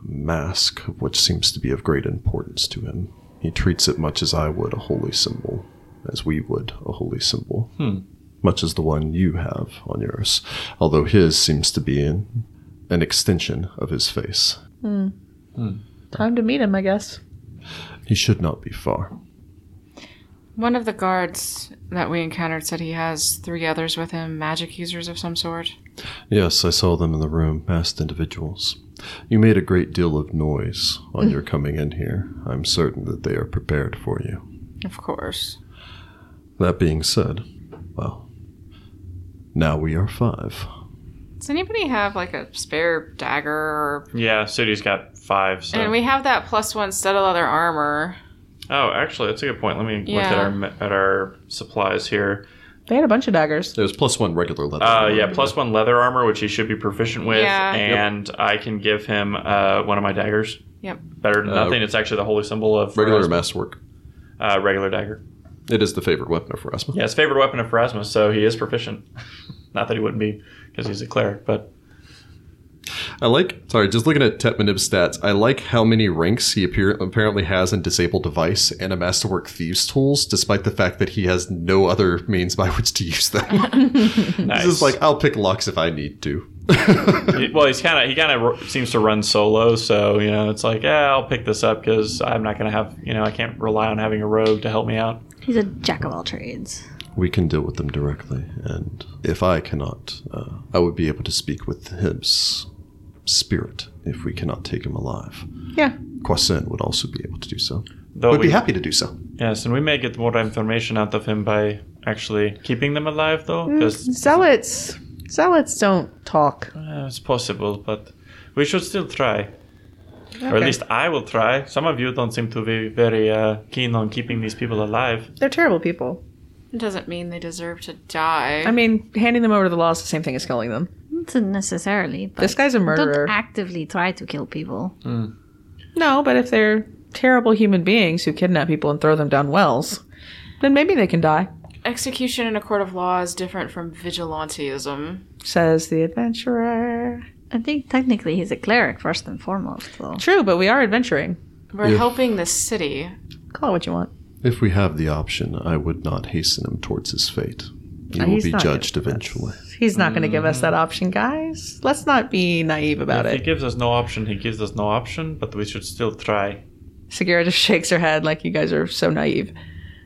Speaker 1: a mask, which seems to be of great importance to him. He treats it much as I would a holy symbol, as we would a holy symbol.
Speaker 3: Hmm.
Speaker 1: Much as the one you have on yours. Although his seems to be an, an extension of his face.
Speaker 4: Time to meet him, I guess.
Speaker 1: He should not be far.
Speaker 2: One of the guards that we encountered said he has three others with him, magic users of some sort.
Speaker 1: Yes, I saw them in the room, masked individuals. You made a great deal of noise on your coming in here. I'm certain that they are prepared for you.
Speaker 2: Of course.
Speaker 1: That being said, well, now we are five.
Speaker 2: Does anybody have like a spare dagger? Or...
Speaker 3: Yeah, Sudi's got five. So.
Speaker 2: And we have that plus one set of leather armor.
Speaker 3: oh, actually, that's a good point. Let me look at
Speaker 2: Yeah.
Speaker 3: our ma- at our supplies here.
Speaker 4: They had a bunch of daggers.
Speaker 1: There's plus one regular leather.
Speaker 3: Uh, yeah, plus one leather armor, which he should be proficient with,
Speaker 2: Yeah. Yep.
Speaker 3: and I can give him uh, one of my daggers.
Speaker 2: Yep.
Speaker 3: Better than
Speaker 1: Uh,
Speaker 3: nothing. It's actually the holy symbol of
Speaker 1: regular
Speaker 3: Pharasma.
Speaker 1: masterwork.
Speaker 3: Uh, regular dagger.
Speaker 1: It is the favorite weapon of Rasmus.
Speaker 3: Yeah, his favorite weapon of Pharasma, so he is proficient. Not that he wouldn't be, because he's a cleric, but
Speaker 1: I like. Sorry, just looking at Tetmanib's stats, I like how many ranks he appear, apparently has in Disabled Device and a Masterwork Thieves Tools, despite the fact that he has no other means by which to use them.
Speaker 3: nice.
Speaker 1: This is like I'll pick locks if I need to.
Speaker 3: He- well, he's kind of he kind of ro- seems to run solo, so you know it's like, yeah, I'll pick this up because I'm not gonna have you know I can't rely on having a rogue to help me out.
Speaker 5: He's a jack of all trades.
Speaker 1: we can deal with them directly. And if I cannot, uh, I would be able to speak with his spirit if we cannot take him alive.
Speaker 4: Yeah.
Speaker 1: Kwasin would also be able to do so.
Speaker 3: Though
Speaker 1: would
Speaker 3: we-
Speaker 1: be happy to do so.
Speaker 3: Yes, and we may get more information out of him by actually keeping them alive, though, because
Speaker 4: Zealots. Zealots don't talk.
Speaker 5: Mm.
Speaker 3: uh, it's possible. But we should still try, or at
Speaker 4: Okay.
Speaker 3: least I will try. Some of you don't seem to be very uh, keen on keeping these people alive.
Speaker 4: They're terrible people.
Speaker 2: It doesn't mean they deserve to die.
Speaker 4: I mean, handing them over to the law is the same thing as killing them.
Speaker 5: Not necessarily. But
Speaker 4: This guy's a murderer.
Speaker 5: Don't actively try to kill people.
Speaker 4: No, but if they're terrible human beings who kidnap people and throw them down wells, then maybe they can die,
Speaker 2: Execution in a court of law is different from vigilanteism.
Speaker 4: says the adventurer.
Speaker 5: I think technically he's a cleric first and foremost, though.
Speaker 4: True, but we are adventuring.
Speaker 2: We're
Speaker 1: Yeah.
Speaker 2: helping the city.
Speaker 4: Call it what you want.
Speaker 1: If we have the option, I would not hasten him towards his fate. He
Speaker 4: Uh,
Speaker 1: will
Speaker 4: he's
Speaker 1: be
Speaker 4: not
Speaker 1: judged
Speaker 4: gonna do that.
Speaker 1: eventually.
Speaker 4: He's not going to give us that option, guys. Let's not be naive about
Speaker 3: if
Speaker 4: it.
Speaker 3: he gives us no option, he gives us no option. But we should still try.
Speaker 4: Segura just shakes her head like you guys are so naive.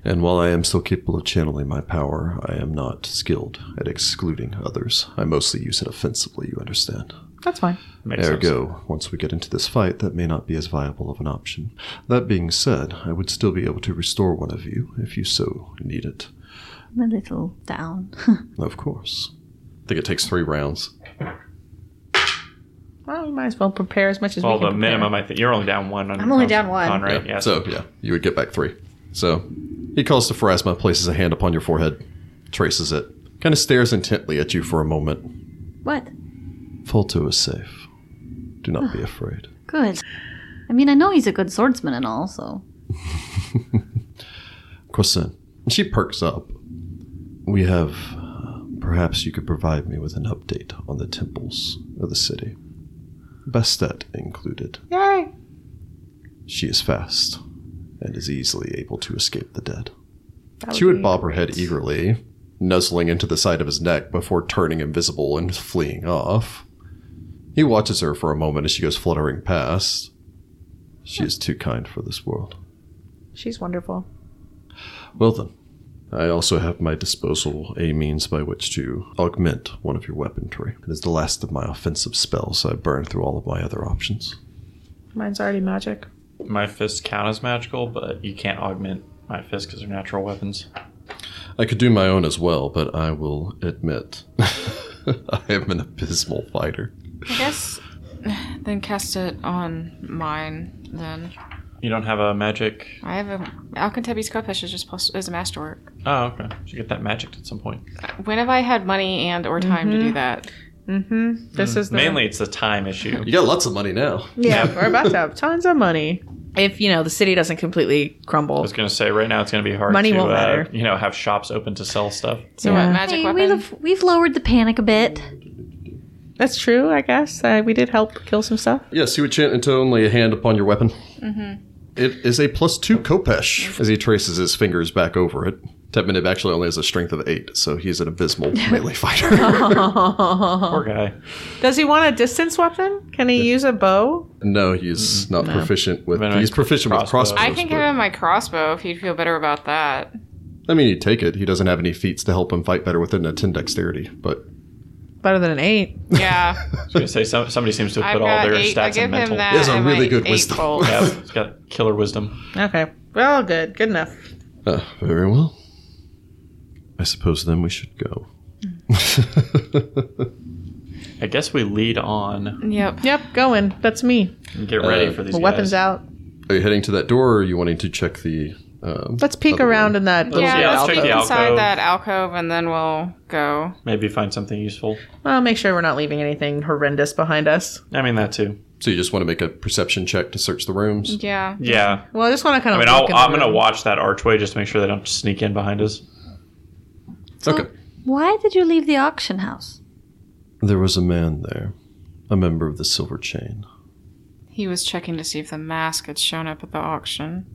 Speaker 1: And while I am still capable of channeling my power, I am not skilled at excluding others. I mostly use it offensively, you understand.
Speaker 4: That's fine.
Speaker 3: Makes sense.
Speaker 1: Ergo, once we get into this fight, that may not be as viable of an option. That being said, I would still be able to restore one of you if you so need it.
Speaker 5: I'm a little down.
Speaker 1: Of course. I think it takes three rounds.
Speaker 4: Well, we might as well prepare as much as we
Speaker 3: Well,
Speaker 4: can.
Speaker 3: the minimum, I think you're only down one. On,
Speaker 5: I'm only down one.
Speaker 3: on, right?
Speaker 1: Yeah,
Speaker 3: Yes.
Speaker 1: So, yeah, you would get back three. So, he calls to Pharasma, places a hand upon your forehead, traces it, kind of stares intently at you for a moment.
Speaker 5: what?
Speaker 1: Folto is safe. Do not be afraid.
Speaker 5: Good. I mean, I know he's a good swordsman and all, so.
Speaker 1: Kwasin. And she perks up. We have. uh, Perhaps you could provide me with an update on the temples of the city. Bastet included.
Speaker 4: Yay!
Speaker 1: She is fast and is easily able to escape the dead.
Speaker 4: That
Speaker 1: She would
Speaker 4: be
Speaker 1: bob her head
Speaker 4: great.
Speaker 1: eagerly, nuzzling into the side of his neck before turning invisible and fleeing off. He watches her for a moment as she goes fluttering past. She is too kind for this world.
Speaker 4: She's wonderful.
Speaker 1: Well then, I also have at my disposal a means by which to augment one of your weaponry. It is the last of my offensive spells, so I burned through all of my other options.
Speaker 4: Mine's already magic.
Speaker 3: My fists count as magical, but you can't augment my fists because they're natural weapons.
Speaker 1: I could do my own as well, but I will admit I am an abysmal fighter.
Speaker 2: I guess then cast it on mine. Then
Speaker 3: You don't have a magic.
Speaker 2: I have a Alcantebi's Cupish is just plus is a masterwork.
Speaker 3: Oh, okay. You should get that magic at some point.
Speaker 2: When have I had money and or time to do that?
Speaker 4: Mm-hmm. This is the
Speaker 3: Mm. Mainly, it's the time issue.
Speaker 1: You got lots of money now.
Speaker 4: Yeah, we're about to have tons of money. If you know the city doesn't completely
Speaker 3: I
Speaker 4: crumble.
Speaker 3: was gonna say right now it's gonna be hard
Speaker 4: Money
Speaker 3: to
Speaker 4: won't
Speaker 3: uh,
Speaker 4: matter.
Speaker 3: you know have shops open to sell stuff.
Speaker 2: So
Speaker 4: Yeah.
Speaker 2: what magic
Speaker 5: Hey,
Speaker 2: weapon?
Speaker 5: we've, we've lowered the panic a bit.
Speaker 4: That's true, I guess. Uh, we did help kill some stuff.
Speaker 1: Yes, he would chant into only a hand upon your weapon. Mm-hmm. is a plus two kopesh as he traces his fingers back over it. Tepmanib actually only has a strength of eight, so he's an abysmal melee fighter.
Speaker 3: Poor guy.
Speaker 4: Does he want a distance weapon? Can he use a bow?
Speaker 1: no, he's not proficient with.
Speaker 3: Then I-
Speaker 1: he's proficient with
Speaker 3: crossbow.
Speaker 1: crossbows.
Speaker 2: I can give him my crossbow if you'd feel better about that.
Speaker 1: I mean, he'd take it. He doesn't have any feats to help him fight better within a ten dexterity, but
Speaker 4: Better than an eight.
Speaker 2: Yeah,
Speaker 3: I was gonna say some, somebody seems to have
Speaker 2: I've
Speaker 3: put all
Speaker 2: got
Speaker 3: their
Speaker 2: eight. I
Speaker 3: stats in
Speaker 2: give
Speaker 3: mental.
Speaker 2: him that.
Speaker 1: He has a
Speaker 2: and
Speaker 1: really
Speaker 2: my
Speaker 1: good
Speaker 2: eight
Speaker 1: wisdom.
Speaker 2: bolt.
Speaker 3: Yeah, he's got killer wisdom.
Speaker 4: Okay. Well, good. Good enough.
Speaker 1: uh, very well. I suppose then we should go.
Speaker 3: I guess we lead on
Speaker 2: Yep.
Speaker 4: Yep, going. That's me.
Speaker 3: and get ready
Speaker 1: Uh,
Speaker 3: for these
Speaker 4: The weapons
Speaker 3: guys.
Speaker 4: out.
Speaker 1: are you heading to that door, or are you wanting to check the? Um,
Speaker 4: Let's peek
Speaker 1: other
Speaker 4: around
Speaker 1: room?
Speaker 4: in that little
Speaker 2: Yeah,
Speaker 3: Yeah, I'll
Speaker 2: let's
Speaker 3: take
Speaker 2: peek
Speaker 3: the alcove.
Speaker 2: inside that alcove and then we'll go.
Speaker 3: Maybe find something useful.
Speaker 4: Well, make sure we're not leaving anything horrendous behind us.
Speaker 3: I mean that too.
Speaker 1: So you just want to make a perception check to search the rooms.
Speaker 2: Yeah.
Speaker 3: Yeah.
Speaker 4: Well, I just want to kind
Speaker 3: I
Speaker 4: of.
Speaker 3: mean,
Speaker 4: look
Speaker 3: I'll,
Speaker 4: in the
Speaker 3: I'm gonna
Speaker 4: room.
Speaker 3: watch that archway just to make sure they don't sneak in behind us.
Speaker 1: Okay.
Speaker 5: Why did you leave the auction house?
Speaker 1: There was a man there, a member of the Silver Chain.
Speaker 2: He was checking to see if the mask had shown up at the auction.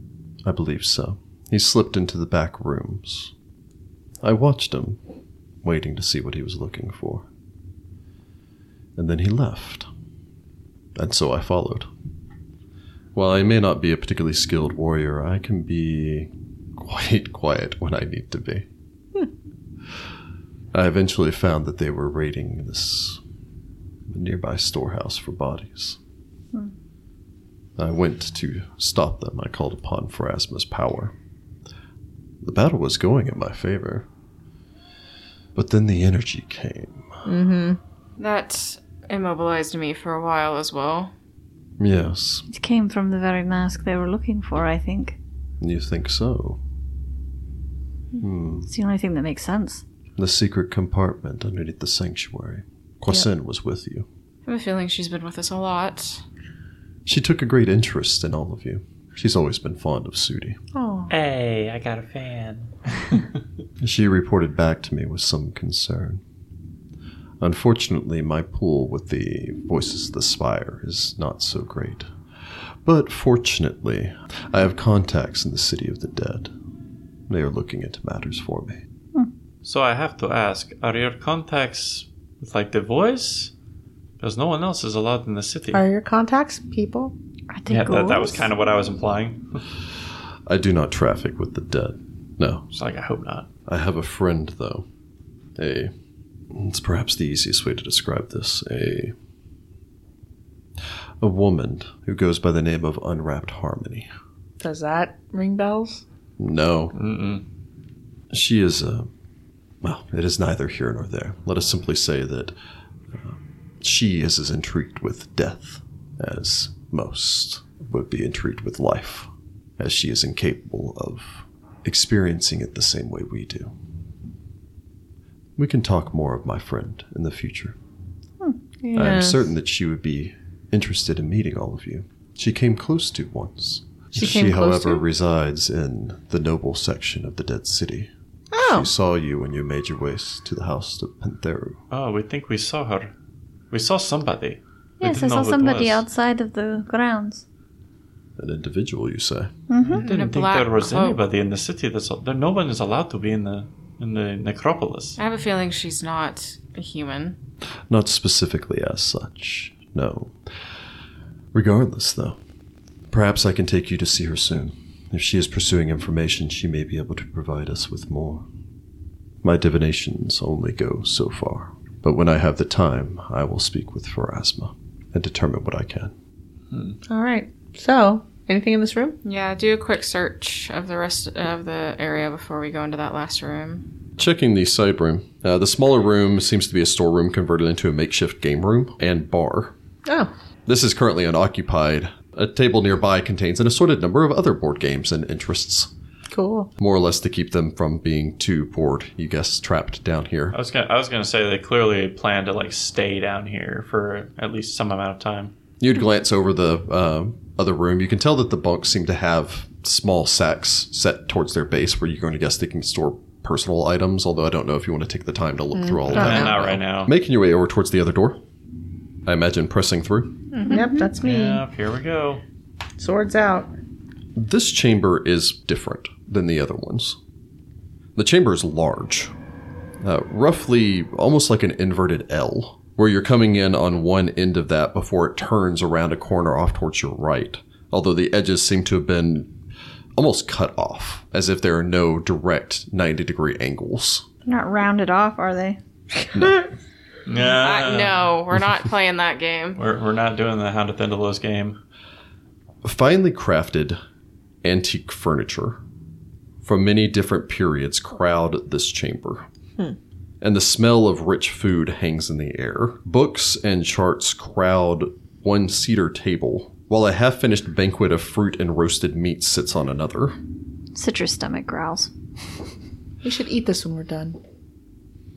Speaker 1: I believe so. He slipped into the back rooms. I watched him, waiting to see what he was looking for. And then he left. And so I followed. While I may not be a particularly skilled warrior, I can be quite quiet when I need to be. I eventually found that they were raiding this nearby storehouse for bodies. I went to stop them. I called upon Pharasma's power. The battle was going in my favor. But then the energy came.
Speaker 2: That immobilized me for a while as well.
Speaker 1: Yes,
Speaker 5: It came from the very mask they were looking for, I think.
Speaker 1: you think so. Hmm.
Speaker 5: It's the only thing that makes sense.
Speaker 1: The secret compartment underneath the sanctuary. Kwasin was with you.
Speaker 2: I have a feeling she's been with us a lot.
Speaker 1: She took a great interest in all of you. She's always been fond of Sudi.
Speaker 4: Oh,
Speaker 3: Hey, I got a fan.
Speaker 1: She reported back to me with some concern. Unfortunately, my pool with the Voices of the Spire is not so great. But fortunately, I have contacts in the City of the Dead. They are looking into matters for me.
Speaker 3: so I have to ask, are your contacts with like the voice? Because no one else is allowed in the city.
Speaker 4: are your contacts people?
Speaker 5: Are they
Speaker 3: yeah, that, that was
Speaker 5: ghouls?
Speaker 3: kind of what I was implying.
Speaker 1: I do not traffic with the dead. No.
Speaker 3: It's like I hope not.
Speaker 1: I have a friend, though. A. It's perhaps the easiest way to describe this. A. A woman who goes by the name of Unwrapped Harmony.
Speaker 4: Does that ring bells?
Speaker 1: No,
Speaker 3: Mm-mm.
Speaker 1: She is a. Well, it is neither here nor there. Let us simply say that uh, she is as intrigued with death as most would be intrigued with life, as she is incapable of experiencing it the same way we do. We can talk more of my friend in the future.
Speaker 4: Hmm,
Speaker 1: I am certain that she would be interested in meeting all of you. She came close to once.
Speaker 4: She came close
Speaker 1: however,
Speaker 4: to?
Speaker 1: resides in the noble section of the Dead City.
Speaker 4: Oh,
Speaker 1: She saw you when you made your way s- to the house of Pantheru.
Speaker 3: Oh, we think we saw her. We saw somebody. We
Speaker 5: Yes,
Speaker 3: didn't
Speaker 5: I
Speaker 3: know
Speaker 5: saw
Speaker 3: who it
Speaker 5: somebody
Speaker 3: was.
Speaker 5: outside of the grounds.
Speaker 1: An individual, you say?
Speaker 3: I
Speaker 2: In a
Speaker 3: didn't think
Speaker 2: black
Speaker 3: there was
Speaker 2: cloak.
Speaker 3: anybody in the city. That's al- there. No one is allowed to be in the in the necropolis.
Speaker 2: I have a feeling she's not a human.
Speaker 1: Not specifically as such, no. Regardless, though, perhaps I can take you to see her soon. If she is pursuing information, she may be able to provide us with more. My divinations only go so far, but when I have the time, I will speak with Pharasma and determine what I can.
Speaker 4: all right. So, anything in this room?
Speaker 2: Yeah, do a quick search of the rest of the area before we go into that last room.
Speaker 1: Checking the side room, uh, the smaller room seems to be a storeroom converted into a makeshift game room and bar.
Speaker 4: Oh,
Speaker 1: This is currently unoccupied. A table nearby contains an assorted number of other board games and interests,
Speaker 4: cool.
Speaker 1: more or less to keep them from being too bored, you guess, trapped down here.
Speaker 3: I was gonna I was gonna say they clearly plan to like stay down here for at least some amount of time.
Speaker 1: You'd glance over the uh, other room. You can tell that the bunks seem to have small sacks set towards their base where you're going to guess they can store personal items, although I don't know if you want to take the time to look through all of
Speaker 3: Nah,
Speaker 1: that.
Speaker 3: not right now.
Speaker 1: Making your way over towards the other door. I imagine pressing through.
Speaker 4: Yep,
Speaker 5: Mm-hmm.
Speaker 4: that's me.
Speaker 3: Yep, here we go.
Speaker 4: Swords out.
Speaker 1: This chamber is different than the other ones. The chamber is large, uh, roughly almost like an inverted L, where you're coming in on one end of that before it turns around a corner off towards your right, although the edges seem to have been almost cut off, as if there are no direct 90 degree angles.
Speaker 5: They're not rounded off, are they?
Speaker 3: Nah,
Speaker 2: Uh, no, we're not playing that game.
Speaker 3: We're, we're not doing the Hound of Thindalos game.
Speaker 1: finely crafted antique furniture from many different periods crowd this chamber. And the smell of rich food hangs in the air. Books and charts crowd one seater table, while a half finished banquet of fruit and roasted meat sits on another.
Speaker 5: Citrus stomach growls.
Speaker 4: We should eat this when we're done.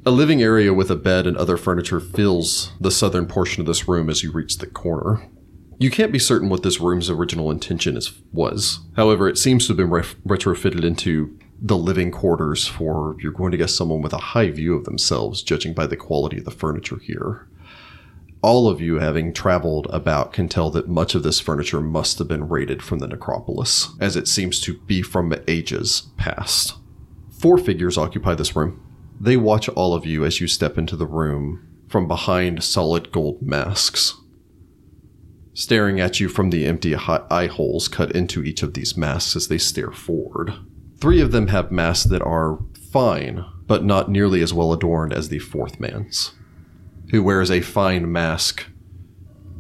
Speaker 1: A living area with a bed and other furniture fills the southern portion of this room as you reach the corner. You can't be certain what this room's original intention is, was. However, it seems to have been ref- retrofitted into the living quarters for, you're going to guess, someone with a high view of themselves, judging by the quality of the furniture here. All of you, having traveled about, can tell that much of this furniture must have been raided from the necropolis, as it seems to be from ages past. Four figures occupy this room. They watch all of you as you step into the room from behind solid gold masks. Staring at you from the empty hi- eye holes cut into each of these masks as they stare forward. Three of them have masks that are fine but not nearly as well adorned as the fourth man's, who wears a fine mask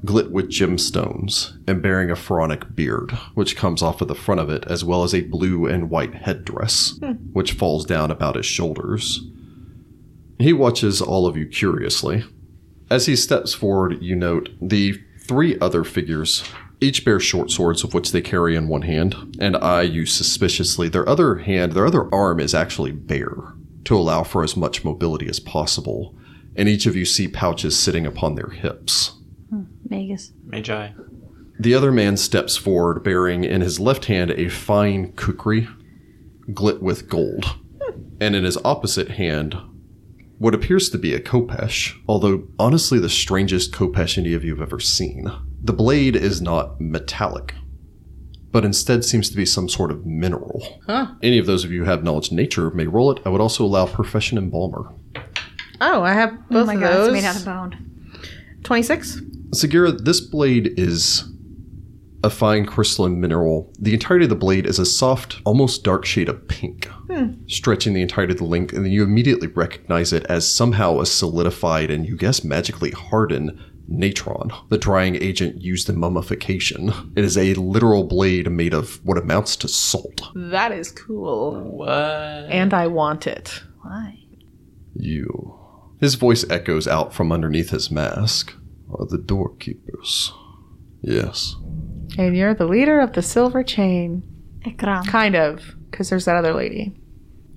Speaker 1: glit with gemstones and bearing a pharaonic beard, which comes off of the front of it, as well as a blue and white headdress, which falls down about his shoulders. He watches all of you curiously. As he steps forward, you note the three other figures. Each bear short swords, of which they carry in one hand, and eye you suspiciously. Their other hand, their other arm is actually bare to allow for as much mobility as possible, and each of you see pouches sitting upon their hips.
Speaker 5: Magus.
Speaker 3: Magi.
Speaker 1: The other man steps forward, bearing in his left hand a fine kukri, glit with gold, and in his opposite hand, what appears to be a kopesh, although honestly the strangest kopesh any of you have ever seen. The blade is not metallic, but instead seems to be some sort of mineral.
Speaker 4: Huh.
Speaker 1: Any of those of you who have knowledge of nature may roll it. I would also allow profession embalmer.
Speaker 4: Oh, I have both
Speaker 5: oh my
Speaker 4: of
Speaker 5: god,
Speaker 4: those.
Speaker 5: it's made out of bone.
Speaker 4: 26?
Speaker 1: Sagira, this blade is a fine crystalline mineral. The entirety of the blade is a soft, almost dark shade of pink, stretching the entirety of the length, and then you immediately recognize it as somehow a solidified and, you guess, magically hardened natron, the drying agent used in mummification. It is a literal blade made of what amounts to salt.
Speaker 4: That is cool.
Speaker 3: What?
Speaker 4: And I want it.
Speaker 5: Why?
Speaker 1: You. His voice echoes out from underneath his mask. Are the doorkeepers? Yes.
Speaker 4: And you're the leader of the silver chain.
Speaker 5: Ikram.
Speaker 4: Kind of. Because there's that other lady.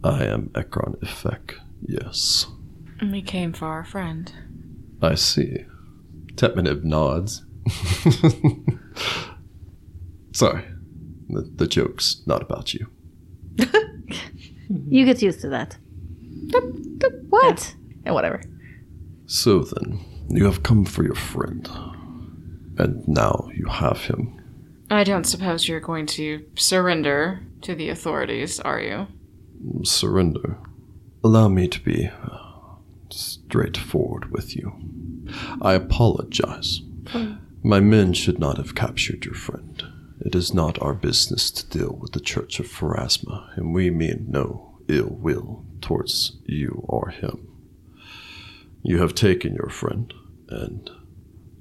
Speaker 1: I am Ekron Ifek, yes.
Speaker 2: We came for our friend.
Speaker 1: I see. Tetmanib nods. Sorry, the, the joke's not about you.
Speaker 5: You get used to that. What?
Speaker 4: And whatever.
Speaker 1: So then, you have come for your friend, and now you have him.
Speaker 2: I don't suppose you're going to surrender to the authorities, are you?
Speaker 1: Surrender. Allow me to be uh, straightforward with you. I apologize. My men should not have captured your friend. It is not our business to deal with the Church of Pharasma, and we mean no ill will towards you or him. You have taken your friend, and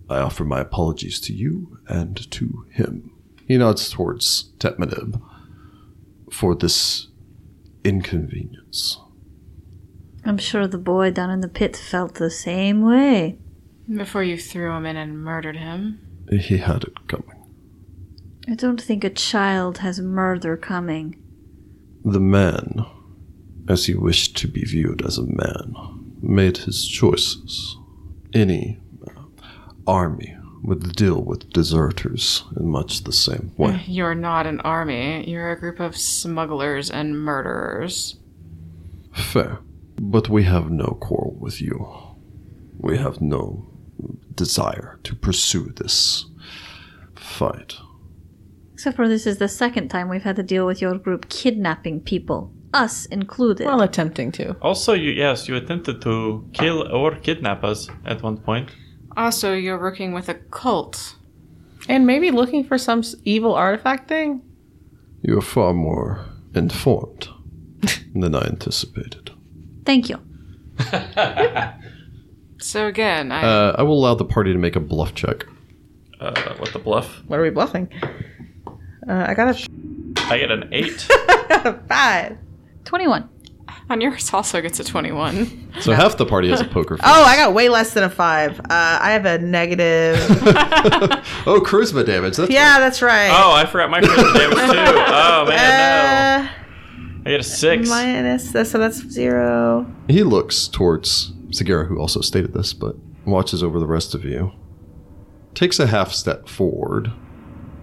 Speaker 1: I offer my apologies to you and to him. He nods towards Tetmanib for this inconvenience.
Speaker 5: I'm sure the boy down in the pit felt the same way.
Speaker 2: Before you threw him in and murdered him.
Speaker 1: He had it coming.
Speaker 5: I don't think a child has murder coming.
Speaker 1: The man, as he wished to be viewed as a man, made his choices. Any uh, army would deal with deserters in much the same way.
Speaker 2: You're not an army. You're a group of smugglers and murderers.
Speaker 1: Fair. But we have no quarrel with you. We have no desire to pursue this fight.
Speaker 5: Except for this is the second time we've had to deal with your group kidnapping people, us included.
Speaker 4: Well, attempting to.
Speaker 3: Also, you yes, you attempted to kill or kidnap us at one point.
Speaker 2: Also, you're working with a cult.
Speaker 4: And maybe looking for some s- evil artifact thing?
Speaker 1: You are far more informed than I anticipated.
Speaker 5: Thank you.
Speaker 2: So again, I,
Speaker 1: Uh, I will allow the party to make a bluff check.
Speaker 3: Uh, what the bluff?
Speaker 4: What are we bluffing? Uh, I got
Speaker 3: I get an eight.
Speaker 4: a five.
Speaker 5: 21.
Speaker 2: on yours also gets a 21.
Speaker 1: So half the party has a poker face.
Speaker 4: Oh, I got way less than a five. Uh, I have a negative.
Speaker 1: oh, charisma damage. That's
Speaker 4: yeah, that's right.
Speaker 3: oh, I forgot my charisma damage too. Oh man,
Speaker 4: Uh,
Speaker 3: no. I get a six.
Speaker 4: minus that, so that's zero.
Speaker 1: He looks towards Segura, who also stated this, but watches over the rest of you. Takes a half step forward,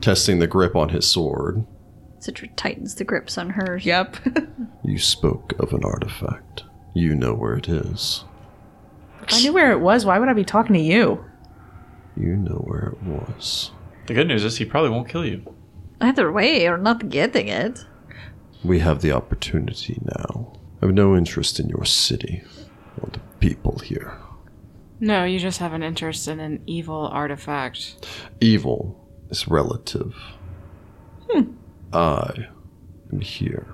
Speaker 1: testing the grip on his sword.
Speaker 5: Citra tightens the grips on hers.
Speaker 4: Yep.
Speaker 1: You spoke of an artifact. You know where it is.
Speaker 4: I knew where it was. Why would I be talking to you?
Speaker 1: You know where it was.
Speaker 3: The good news is he probably won't kill you.
Speaker 5: Either way, you're not getting it.
Speaker 1: We have the opportunity now. I have no interest in your city or the people here.
Speaker 2: No, you just have an interest in an evil artifact.
Speaker 1: Evil is relative. I am here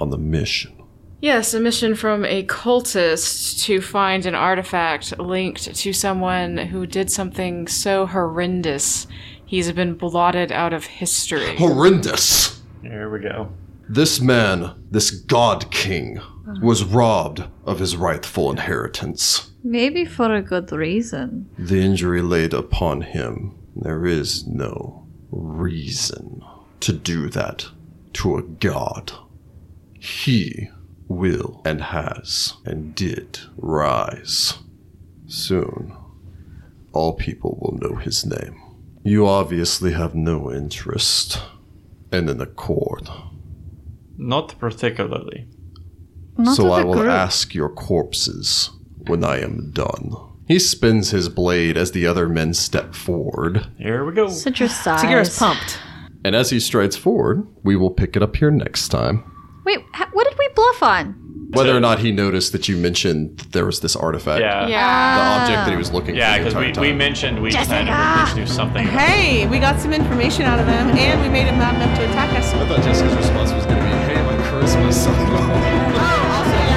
Speaker 1: on the mission
Speaker 2: Yes, a mission from a cultist to find an artifact linked to someone who did something so horrendous he's been blotted out of history.
Speaker 1: Horrendous.
Speaker 3: Here we go.
Speaker 1: This man, this god king,
Speaker 5: Ah.
Speaker 1: was robbed of his rightful inheritance.
Speaker 5: Maybe for a good reason.
Speaker 1: The injury laid upon him, there is no reason to do that to a god. He will and has and did rise. Soon, all people will know his name. You obviously have no interest in an accord.
Speaker 3: Not particularly.
Speaker 5: Not
Speaker 1: so
Speaker 5: with
Speaker 1: I
Speaker 5: a
Speaker 1: will
Speaker 5: group.
Speaker 1: ask your corpses when I am done. He spins his blade as the other men step forward.
Speaker 3: Here we go.
Speaker 5: Such a size.
Speaker 4: Sagira's pumped.
Speaker 1: And as he strides forward, we will pick it up here next time.
Speaker 5: Wait, h- what did we bluff on?
Speaker 1: Whether or not he noticed that you mentioned that there was this artifact,
Speaker 3: Yeah.
Speaker 2: yeah.
Speaker 1: the object that he was looking
Speaker 3: Yeah,
Speaker 1: for.
Speaker 3: because
Speaker 1: the
Speaker 3: we,
Speaker 1: entire
Speaker 3: we
Speaker 1: time.
Speaker 3: mentioned we kind of each knew something. about-
Speaker 4: Hey, we got some information out of them, and we made them mad enough to attack us. Oh,
Speaker 6: I thought Jessica's response was going to be, hey, my charisma is so low.
Speaker 4: Oh, also,